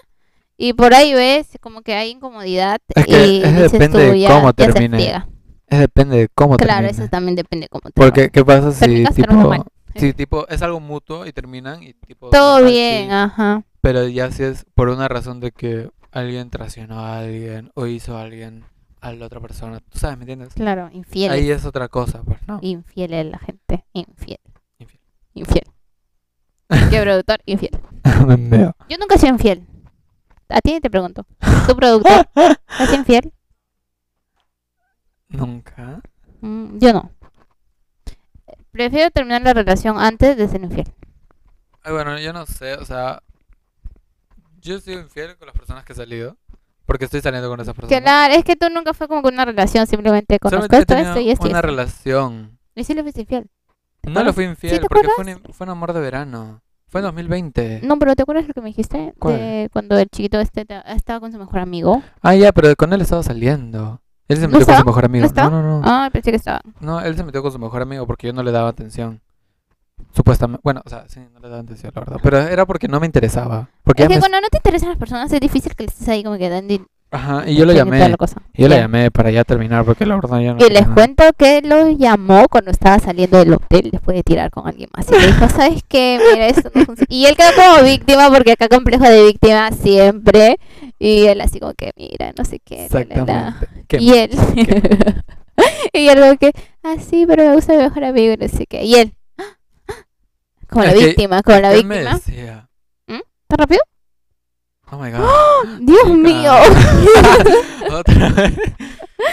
[SPEAKER 1] y por ahí ves como que hay incomodidad
[SPEAKER 2] Es que
[SPEAKER 1] y
[SPEAKER 2] es
[SPEAKER 1] dices
[SPEAKER 2] depende de
[SPEAKER 1] tú, ya,
[SPEAKER 2] cómo
[SPEAKER 1] ya se
[SPEAKER 2] termine.
[SPEAKER 1] friega.
[SPEAKER 2] Es depende de cómo
[SPEAKER 1] Claro,
[SPEAKER 2] termine.
[SPEAKER 1] eso también depende de cómo termine.
[SPEAKER 2] Porque, ¿qué pasa si
[SPEAKER 1] Terminas, terminas mal.
[SPEAKER 2] tipo, si tipo es algo mutuo y terminan y tipo...
[SPEAKER 1] Todo
[SPEAKER 2] normal,
[SPEAKER 1] bien, ah.
[SPEAKER 2] sí,
[SPEAKER 1] ajá.
[SPEAKER 2] pero ya si es por una razón de que alguien traicionó a alguien o hizo a alguien a la otra persona, tú sabes, ¿me entiendes?
[SPEAKER 1] Claro, infieles.
[SPEAKER 2] Ahí es otra cosa, pues, ¿no?
[SPEAKER 1] Infiel es la gente. Infiel.
[SPEAKER 2] Infiel.
[SPEAKER 1] Infiel. ¿Qué productor? Infiel.
[SPEAKER 2] Me meo.
[SPEAKER 1] Yo nunca he sido infiel. a ti te pregunto. ¿Tu productor es infiel?
[SPEAKER 2] Nunca.
[SPEAKER 1] Mm, yo no. Prefiero terminar la relación antes de ser infiel.
[SPEAKER 2] Ay, bueno, yo no sé, o sea, yo he sido infiel con las personas que he salido, porque estoy saliendo con esas personas.
[SPEAKER 1] Claro, es que tú nunca fue como que una relación, simplemente conozco
[SPEAKER 2] Solamente he
[SPEAKER 1] esto,
[SPEAKER 2] tenido
[SPEAKER 1] esto y esto. y
[SPEAKER 2] una
[SPEAKER 1] esto.
[SPEAKER 2] relación.
[SPEAKER 1] Y sí le fuiste infiel. ¿Te
[SPEAKER 2] No le
[SPEAKER 1] acuerdas?
[SPEAKER 2] fui infiel
[SPEAKER 1] te
[SPEAKER 2] porque fue un, fue un amor de verano. Fue en 2020.
[SPEAKER 1] No, pero ¿te acuerdas lo que me dijiste?
[SPEAKER 2] ¿Cuál?
[SPEAKER 1] De cuando el chiquito este te- estaba con su mejor amigo.
[SPEAKER 2] Ah, ya, pero con él estaba saliendo. Él se
[SPEAKER 1] ¿No
[SPEAKER 2] metió con
[SPEAKER 1] estaba?
[SPEAKER 2] su mejor amigo.
[SPEAKER 1] estaba?
[SPEAKER 2] no, no.
[SPEAKER 1] Ah, pensé que estaba.
[SPEAKER 2] No, él se metió con su mejor amigo porque yo no le daba atención. Supuestamente. Bueno, o sea, sí, no le daba atención, la verdad. Pero era porque no me interesaba. Porque
[SPEAKER 1] Es
[SPEAKER 2] ya
[SPEAKER 1] que
[SPEAKER 2] me-
[SPEAKER 1] cuando no te interesan las personas es difícil que le estés ahí como que dando... Y
[SPEAKER 2] Ajá, y yo lo
[SPEAKER 1] toda
[SPEAKER 2] llamé.
[SPEAKER 1] la cosa.
[SPEAKER 2] Yo lo
[SPEAKER 1] Ya.
[SPEAKER 2] llamé para ya terminar porque la verdad ya no.
[SPEAKER 1] Y les
[SPEAKER 2] ajá.
[SPEAKER 1] cuento que lo llamó cuando estaba saliendo del hotel después de tirar con alguien más. Y le dijo, ¿sabes qué? Mira, esto no funciona". Y él quedó como víctima porque acá complejo de víctima siempre. Y él así como que, mira, no sé qué. la, la, la".
[SPEAKER 2] Exactamente. Qué
[SPEAKER 1] Y él. y él como que, ah, sí, pero me gusta mi mejor amigo y no sé qué. Y él. "Ah, ah". Como la
[SPEAKER 2] Es que-
[SPEAKER 1] víctima, como la
[SPEAKER 2] ¿Qué me
[SPEAKER 1] víctima.
[SPEAKER 2] decía?
[SPEAKER 1] ¿Está rápido?
[SPEAKER 2] Oh my god.
[SPEAKER 1] Dios
[SPEAKER 2] Chica.
[SPEAKER 1] mío.
[SPEAKER 2] Otra vez.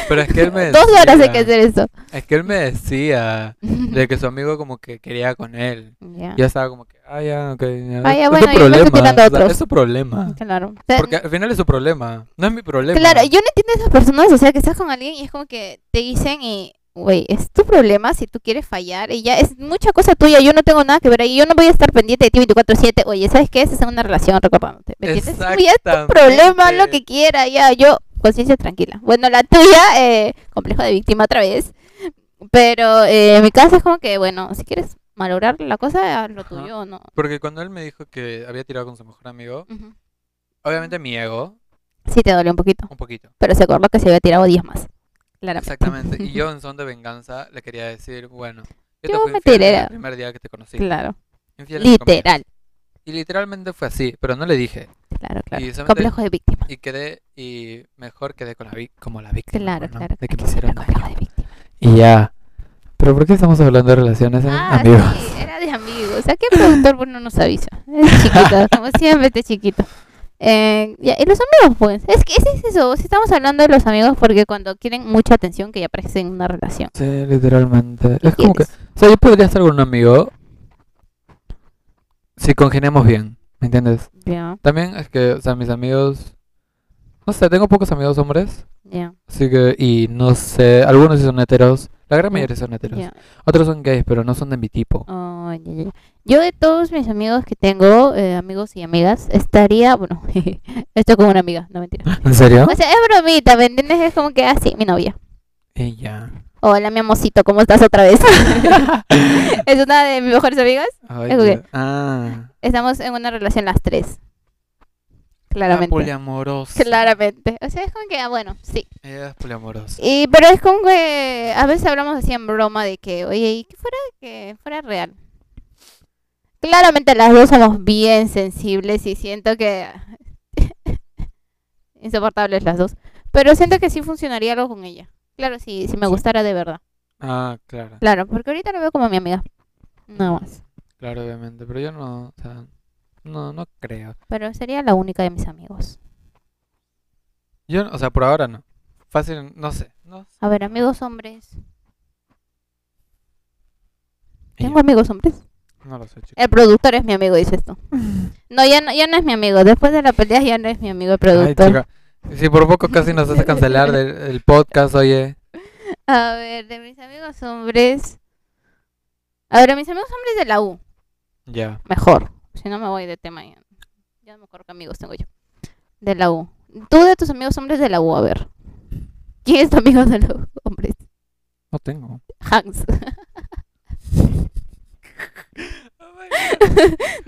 [SPEAKER 2] Pero es que él me
[SPEAKER 1] Dos horas hay que
[SPEAKER 2] decía-
[SPEAKER 1] hacer eso.
[SPEAKER 2] Es que él me decía de que su amigo como que quería con él.
[SPEAKER 1] Ya.
[SPEAKER 2] Ya estaba como que, ah, ya, ok. ya.
[SPEAKER 1] Ah, ya, bueno, yo me
[SPEAKER 2] es tu
[SPEAKER 1] estoy
[SPEAKER 2] problema.
[SPEAKER 1] tirando a
[SPEAKER 2] o sea,
[SPEAKER 1] otros.
[SPEAKER 2] es su problema.
[SPEAKER 1] Claro. O sea,
[SPEAKER 2] Porque al final es su problema. No es mi problema.
[SPEAKER 1] Claro, yo no entiendo a esas personas, o sea, que estás con alguien y es como que te dicen y, güey, es tu problema si tú quieres fallar y ya es mucha cosa tuya, yo no tengo nada que ver ahí, yo no voy a estar pendiente de ti 24/7, oye, ¿sabes qué? Estás en una relación, recordándote, ¿me entiendes? Oye, es tu problema, haz lo que
[SPEAKER 2] Exactamente.
[SPEAKER 1] quiera, ya, yo, conciencia tranquila. Bueno, la tuya, eh, complejo de víctima otra vez, pero eh, en mi caso es como que, bueno, si quieres malograr la cosa, haz lo
[SPEAKER 2] Ajá.
[SPEAKER 1] tuyo o no.
[SPEAKER 2] Porque cuando él me dijo que había tirado con su mejor amigo,
[SPEAKER 1] Ujú.
[SPEAKER 2] obviamente mi ego,
[SPEAKER 1] Sí te dolió un poquito,
[SPEAKER 2] un poquito.
[SPEAKER 1] pero se acordó que se había tirado 10 más, claramente.
[SPEAKER 2] Exactamente. Y yo en son de venganza le quería decir, bueno, yo, te
[SPEAKER 1] Yo
[SPEAKER 2] fui
[SPEAKER 1] me
[SPEAKER 2] infiel desde
[SPEAKER 1] tiré.
[SPEAKER 2] el primer día que te conocí.
[SPEAKER 1] Claro,
[SPEAKER 2] Infiel entre comillas.
[SPEAKER 1] literal.
[SPEAKER 2] Y literalmente fue así, pero no le dije.
[SPEAKER 1] Claro, claro.
[SPEAKER 2] solamente-
[SPEAKER 1] Complejo de víctima.
[SPEAKER 2] Y quedé, y mejor quedé con la vi- como la víctima.
[SPEAKER 1] Claro,
[SPEAKER 2] pues, ¿no?
[SPEAKER 1] claro.
[SPEAKER 2] De que me
[SPEAKER 1] hay que
[SPEAKER 2] hicieron
[SPEAKER 1] hablar complejo
[SPEAKER 2] daño.
[SPEAKER 1] de víctima.
[SPEAKER 2] Y ya. ¿Pero por qué estamos hablando de relaciones eh,
[SPEAKER 1] Ah,
[SPEAKER 2] amigos?
[SPEAKER 1] sí, era de amigos. O sea, ¿qué productor pues, no nos avisa? Es chiquito, como siempre, este chiquito. Eh, ya, y los amigos, pues. Es que ese es eso. Si estamos hablando de los amigos, porque cuando quieren mucha atención, que ya aparecen en una relación.
[SPEAKER 2] Sí, literalmente.
[SPEAKER 1] ¿Qué
[SPEAKER 2] Es como que,
[SPEAKER 1] quieres?
[SPEAKER 2] o sea, yo podría estar con un amigo si congeniamos bien, ¿me entiendes?
[SPEAKER 1] Ya,
[SPEAKER 2] También es que, o sea, mis amigos, no sé, tengo pocos amigos hombres,
[SPEAKER 1] ya,
[SPEAKER 2] así que, y no sé, algunos sí son heteros, la gran
[SPEAKER 1] Ya,
[SPEAKER 2] mayoría son heteros,
[SPEAKER 1] ya.
[SPEAKER 2] otros son gays, pero no son de mi tipo.
[SPEAKER 1] Oh, ya, ya, ya. Yo de todos mis amigos que tengo, eh, amigos y amigas, estaría, bueno, esto con una amiga, no mentira.
[SPEAKER 2] ¿En serio?
[SPEAKER 1] O sea, es bromita, ¿me entiendes? Es como que así, mi novia.
[SPEAKER 2] Y ya.
[SPEAKER 1] Hola, mi amorcito, ¿cómo estás otra vez? es una de mis mejores amigas.
[SPEAKER 2] Ay,
[SPEAKER 1] Es ok.
[SPEAKER 2] ya. Ah,
[SPEAKER 1] Estamos en una relación las tres.
[SPEAKER 2] era
[SPEAKER 1] Claramente.
[SPEAKER 2] poliamorosa.
[SPEAKER 1] Claramente. O sea, es como que, ah, bueno, sí.
[SPEAKER 2] Ella es poliamorosa.
[SPEAKER 1] Y, pero es como que a veces hablamos así en broma de que, oye, ¿y qué fuera que fuera real? Claramente las dos somos bien sensibles y siento que... Insoportables las dos. Pero siento que sí funcionaría algo con ella. Claro, sí, si me gustara de verdad.
[SPEAKER 2] Ah, claro,
[SPEAKER 1] Claro, porque ahorita la veo como mi amiga. Nada más.
[SPEAKER 2] claro, obviamente, pero yo no, o sea, no, no creo.
[SPEAKER 1] Pero sería la única de mis amigos.
[SPEAKER 2] Yo, no- o sea, por ahora no. Fácil, no sé. No sé.
[SPEAKER 1] A ver, amigos hombres.
[SPEAKER 2] Y
[SPEAKER 1] ¿Tengo amigos hombres?
[SPEAKER 2] ya, no lo sé, chicos.
[SPEAKER 1] El productor es mi amigo, dice esto. No ya, no, ya no es mi amigo. Después de la pelea ya no es mi amigo el
[SPEAKER 2] Ay,
[SPEAKER 1] productor.
[SPEAKER 2] chica, Si por poco casi nos hace cancelar del, el podcast, oye.
[SPEAKER 1] a ver, de mis amigos hombres. A ver, de mis amigos hombres de la U.
[SPEAKER 2] Ya.
[SPEAKER 1] Mejor. Si no me voy de tema. Ya, ya no me acuerdo qué amigos tengo yo. De la U. Tú de tus amigos hombres de la U, a ver. ¿Quién es tu amigo de los hombres?
[SPEAKER 2] No tengo.
[SPEAKER 1] Hans.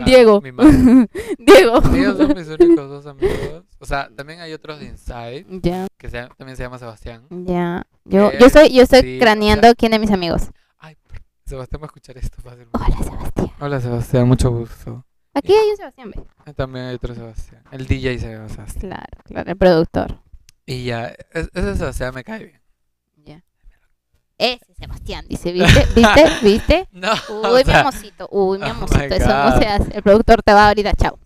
[SPEAKER 1] Diego.
[SPEAKER 2] Mi madre.
[SPEAKER 1] Diego.
[SPEAKER 2] Ellos son mis únicos dos amigos. O sea, también hay otros de Inside,
[SPEAKER 1] Ya,
[SPEAKER 2] que se- también se llama Sebastián.
[SPEAKER 1] ya. Yo,
[SPEAKER 2] Eh,
[SPEAKER 1] yo estoy, yo estoy
[SPEAKER 2] sí, o sea-
[SPEAKER 1] craneando quién es mis amigos.
[SPEAKER 2] Ay, por- Sebastián va a escuchar esto fácilmente.
[SPEAKER 1] Hola, Sebastián.
[SPEAKER 2] Hola, Sebastián, mucho gusto.
[SPEAKER 1] Aquí hay un Sebastián B.
[SPEAKER 2] Eh, También hay otro Sebastián. El DJ Sebastián.
[SPEAKER 1] Claro, claro, el productor.
[SPEAKER 2] Y ya, es- ese Sebastián me cae bien.
[SPEAKER 1] Ya. Ese Sebastián, dice, ¿viste? ¿Viste? ¿Viste?
[SPEAKER 2] No,
[SPEAKER 1] Uy,
[SPEAKER 2] o
[SPEAKER 1] mi
[SPEAKER 2] sea,
[SPEAKER 1] amorcito, uy, mi
[SPEAKER 2] oh my
[SPEAKER 1] amorcito, eso no
[SPEAKER 2] God.
[SPEAKER 1] se hace. El productor te va ahorita, chao.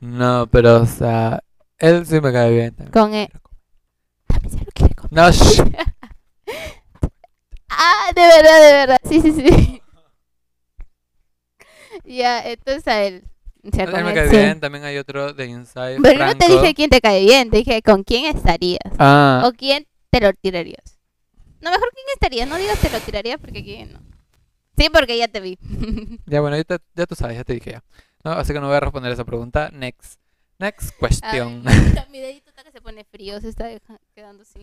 [SPEAKER 2] No, pero, o sea, él sí me cae bien. también.
[SPEAKER 1] Con él. También se lo quiere comer.
[SPEAKER 2] No, shh.
[SPEAKER 1] Ah, de verdad, de verdad. Sí, sí, sí. ya, entonces a él. O sea,
[SPEAKER 2] él
[SPEAKER 1] con
[SPEAKER 2] me
[SPEAKER 1] él
[SPEAKER 2] cae
[SPEAKER 1] sí.
[SPEAKER 2] bien. También hay otro de Inside.
[SPEAKER 1] Pero yo no te
[SPEAKER 2] Franco.
[SPEAKER 1] dije quién te cae bien, te dije con quién estarías.
[SPEAKER 2] Ah,
[SPEAKER 1] ¿O quién te lo tirarías? No, mejor quién estarías, no digas te lo tirarías porque quién no. Sí, porque ya te vi.
[SPEAKER 2] ya bueno, ya, te- ya tú sabes, ya te dije ya. No, así que no voy a responder esa pregunta. Next. Next question.
[SPEAKER 1] Ay, mi dedito- mi dedito está que se pone frío, se está deja- quedando sin,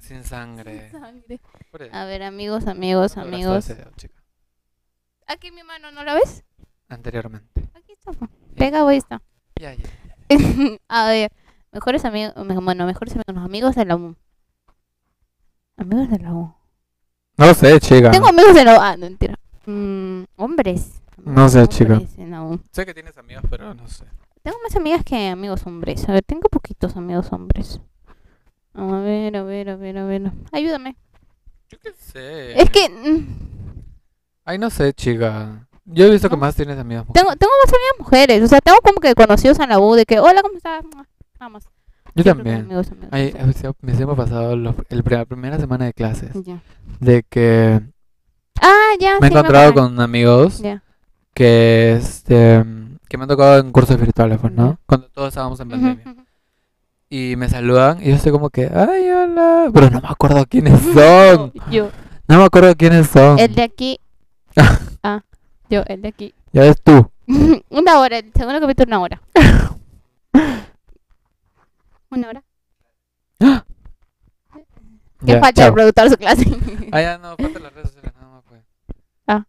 [SPEAKER 2] Sin
[SPEAKER 1] sin
[SPEAKER 2] sangre.
[SPEAKER 1] sangre.
[SPEAKER 2] Por eso,
[SPEAKER 1] A ver, amigos, amigos,
[SPEAKER 2] no te gastes
[SPEAKER 1] amigos.
[SPEAKER 2] ese dedo, chica.
[SPEAKER 1] Aquí mi mano, ¿no la ves?
[SPEAKER 2] Anteriormente.
[SPEAKER 1] Aquí está. po. Pega o ahí está.
[SPEAKER 2] Ya, ya.
[SPEAKER 1] A ver, mejores amigos, bueno, mejores amigos, los amigos de la U. Amigos de la U.
[SPEAKER 2] No sé, chica.
[SPEAKER 1] Tengo amigos de la U. Ah, no, mentira. Mm, hombres.
[SPEAKER 2] No sé,
[SPEAKER 1] Hombres
[SPEAKER 2] chica.
[SPEAKER 1] en la U.
[SPEAKER 2] Sé que tienes amigos, pero no sé.
[SPEAKER 1] Tengo más amigas que amigos hombres. A ver, tengo poquitos amigos hombres. A ver, a ver, a ver, a ver. Ayúdame.
[SPEAKER 2] Yo qué sé.
[SPEAKER 1] Es que mm,
[SPEAKER 2] Ay, no sé, chica. Yo he visto que
[SPEAKER 1] No.
[SPEAKER 2] más tienes amigos mujeres.
[SPEAKER 1] tengo, tengo más amigas mujeres. O sea, tengo como que conocidos en la U de que, hola, ¿cómo estás? Mua, Vamos.
[SPEAKER 2] Yo
[SPEAKER 1] Siempre con
[SPEAKER 2] también.
[SPEAKER 1] amigos, amigos,
[SPEAKER 2] Ay,
[SPEAKER 1] amigos.
[SPEAKER 2] o sea, me se me ha pasado los- el, pri- la primera semana de clases.
[SPEAKER 1] Ya.
[SPEAKER 2] De que
[SPEAKER 1] Ah, ya.
[SPEAKER 2] me he
[SPEAKER 1] sí,
[SPEAKER 2] encontrado
[SPEAKER 1] acuerdo.
[SPEAKER 2] con amigos
[SPEAKER 1] Ya.
[SPEAKER 2] que este que me han tocado en cursos virtuales, pues, ¿no?
[SPEAKER 1] Ya.
[SPEAKER 2] Cuando todos estábamos en
[SPEAKER 1] Ujú,
[SPEAKER 2] pandemia.
[SPEAKER 1] ujú.
[SPEAKER 2] Y me saludan y yo estoy como que, ay, hola. Pero no me acuerdo quiénes son.
[SPEAKER 1] Yo,
[SPEAKER 2] No me acuerdo quiénes son.
[SPEAKER 1] el de aquí. ah, yo, el de aquí.
[SPEAKER 2] Ya ves tú.
[SPEAKER 1] una hora, el segundo capítulo, una hora. una hora. ¿Qué
[SPEAKER 2] Ya,
[SPEAKER 1] falta
[SPEAKER 2] chao.
[SPEAKER 1] el productor de su clase?
[SPEAKER 2] Ah, ya, no, falta las redes sociales, nada más, pues.
[SPEAKER 1] Ah.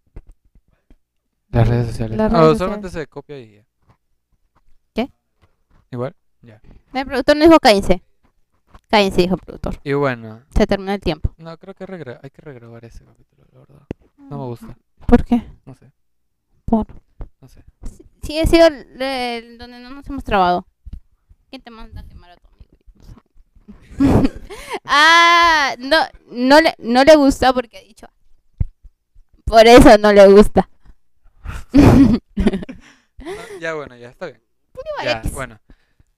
[SPEAKER 2] Las redes sociales.
[SPEAKER 1] Las
[SPEAKER 2] Ah,
[SPEAKER 1] redes
[SPEAKER 2] solamente se copia y ya.
[SPEAKER 1] ¿Qué?
[SPEAKER 2] Igual.
[SPEAKER 1] el productor no dijo cállense. Cállense, dijo el productor.
[SPEAKER 2] Y bueno,
[SPEAKER 1] Se terminó el tiempo.
[SPEAKER 2] no, creo que regra- hay que regrabar ese capítulo, la verdad. No me gusta,
[SPEAKER 1] ¿Por qué?
[SPEAKER 2] no sé.
[SPEAKER 1] Mm. Por.
[SPEAKER 2] No sé.
[SPEAKER 1] Sí, he sido el, el donde no nos hemos trabado. ¿Quién te manda a quemar a tu amigo? ah, no, no le, no le gusta porque ha dicho. Por eso no le gusta.
[SPEAKER 2] No, Ah, ya, bueno, ya está bien.
[SPEAKER 1] Igual
[SPEAKER 2] Ya,
[SPEAKER 1] X.
[SPEAKER 2] bueno,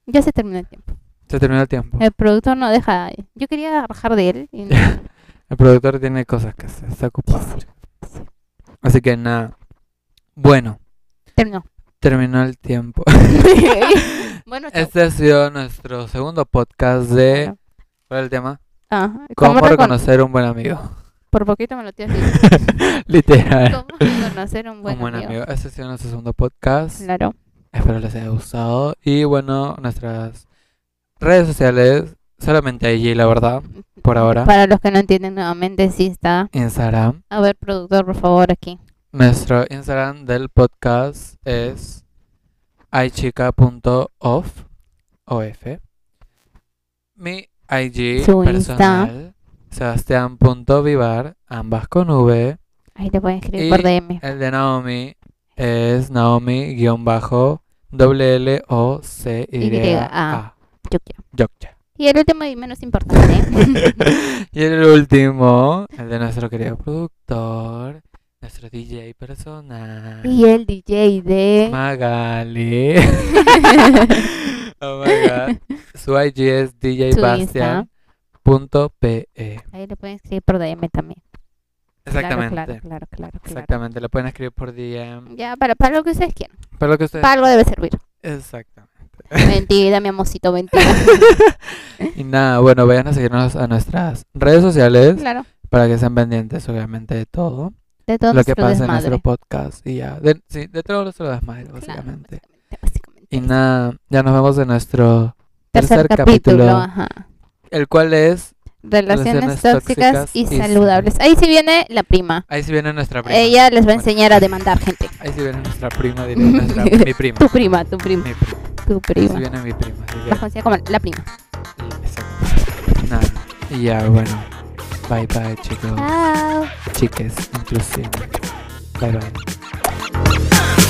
[SPEAKER 1] Ya se terminó el tiempo.
[SPEAKER 2] se terminó el tiempo.
[SPEAKER 1] El productor no deja. Yo quería rajar de él. y no.
[SPEAKER 2] El productor tiene cosas que hacer, está ocupado. chico.
[SPEAKER 1] sí.
[SPEAKER 2] Así que nada. Bueno,
[SPEAKER 1] Terminó.
[SPEAKER 2] terminó el tiempo.
[SPEAKER 1] bueno, chao.
[SPEAKER 2] Este ha sido nuestro segundo podcast de. ¿Cuál es el tema?
[SPEAKER 1] Ah, ¿cómo
[SPEAKER 2] ¿Cómo
[SPEAKER 1] recon-
[SPEAKER 2] reconocer un buen amigo?
[SPEAKER 1] Por poquito me lo tienes que
[SPEAKER 2] Literal.
[SPEAKER 1] ¿Cómo reconocer un buen,
[SPEAKER 2] un buen
[SPEAKER 1] amigo?
[SPEAKER 2] amigo. Este ha sido nuestro segundo podcast.
[SPEAKER 1] Claro.
[SPEAKER 2] Espero les haya gustado. Y bueno, nuestras redes sociales, solamente allí, la verdad, por ahora.
[SPEAKER 1] Para los que no entienden nuevamente, sí está.
[SPEAKER 2] Instagram.
[SPEAKER 1] A ver, productor, por favor, aquí.
[SPEAKER 2] Nuestro Instagram del podcast es aychica.off. OF. Mi IG
[SPEAKER 1] Su Insta.
[SPEAKER 2] personal, sebastián.vivar, ambas con V.
[SPEAKER 1] Ahí te pueden escribir
[SPEAKER 2] Y-
[SPEAKER 1] por DM.
[SPEAKER 2] El de Naomi es Naomi-WLOCYA.
[SPEAKER 1] Yo quiero.
[SPEAKER 2] Yokcha.
[SPEAKER 1] Y el último y menos importante.
[SPEAKER 2] Y el último, el de nuestro querido productor, nuestro DJ personal,
[SPEAKER 1] y el DJ de.
[SPEAKER 2] Magali. oh my god. Su IG es
[SPEAKER 1] Su Insta.
[SPEAKER 2] djbastian.pe.
[SPEAKER 1] Ahí le pueden escribir por DM también.
[SPEAKER 2] E. Exactamente.
[SPEAKER 1] Claro, claro, claro. claro, claro.
[SPEAKER 2] Exactamente, lo pueden escribir por DM.
[SPEAKER 1] Ya, para, para lo que ustedes quieran.
[SPEAKER 2] Para lo que ustedes.
[SPEAKER 1] Para algo debe servir.
[SPEAKER 2] Exactamente.
[SPEAKER 1] Mentira, mi amorcito, mentira.
[SPEAKER 2] Y nada, bueno, vayan a seguirnos a nuestras redes sociales
[SPEAKER 1] claro.
[SPEAKER 2] para que estén pendientes, obviamente, de todo
[SPEAKER 1] De todo
[SPEAKER 2] lo que
[SPEAKER 1] nuestro
[SPEAKER 2] pasa en
[SPEAKER 1] desmadre.
[SPEAKER 2] nuestro podcast y ya. De, sí, de todo nuestro desmadre,
[SPEAKER 1] Claro, pues,
[SPEAKER 2] básicamente.
[SPEAKER 1] básicamente, básicamente.
[SPEAKER 2] Y nada, ya nos vemos en nuestro,
[SPEAKER 1] Tercer,
[SPEAKER 2] tercer
[SPEAKER 1] capítulo,
[SPEAKER 2] capítulo.
[SPEAKER 1] ajá.
[SPEAKER 2] el cual es,
[SPEAKER 1] Relaciones,
[SPEAKER 2] Relaciones
[SPEAKER 1] tóxicas,
[SPEAKER 2] tóxicas
[SPEAKER 1] y,
[SPEAKER 2] y
[SPEAKER 1] saludables. Ahí sí viene la prima.
[SPEAKER 2] ahí sí viene nuestra prima.
[SPEAKER 1] Ella les va a
[SPEAKER 2] Bueno.
[SPEAKER 1] enseñar a demandar gente.
[SPEAKER 2] Ahí sí viene nuestra prima, diré, nuestra- mi prima.
[SPEAKER 1] Tu prima, tu prima,
[SPEAKER 2] Mi prima.
[SPEAKER 1] tu
[SPEAKER 2] Ahí sí
[SPEAKER 1] prima.
[SPEAKER 2] viene mi prima. así que-
[SPEAKER 1] La conocida como la prima.
[SPEAKER 2] exacto. Nada, y ya, bueno. Bye bye,
[SPEAKER 1] Ah.
[SPEAKER 2] chicos,
[SPEAKER 1] Chao.
[SPEAKER 2] chiques, inclusive. Bye bye.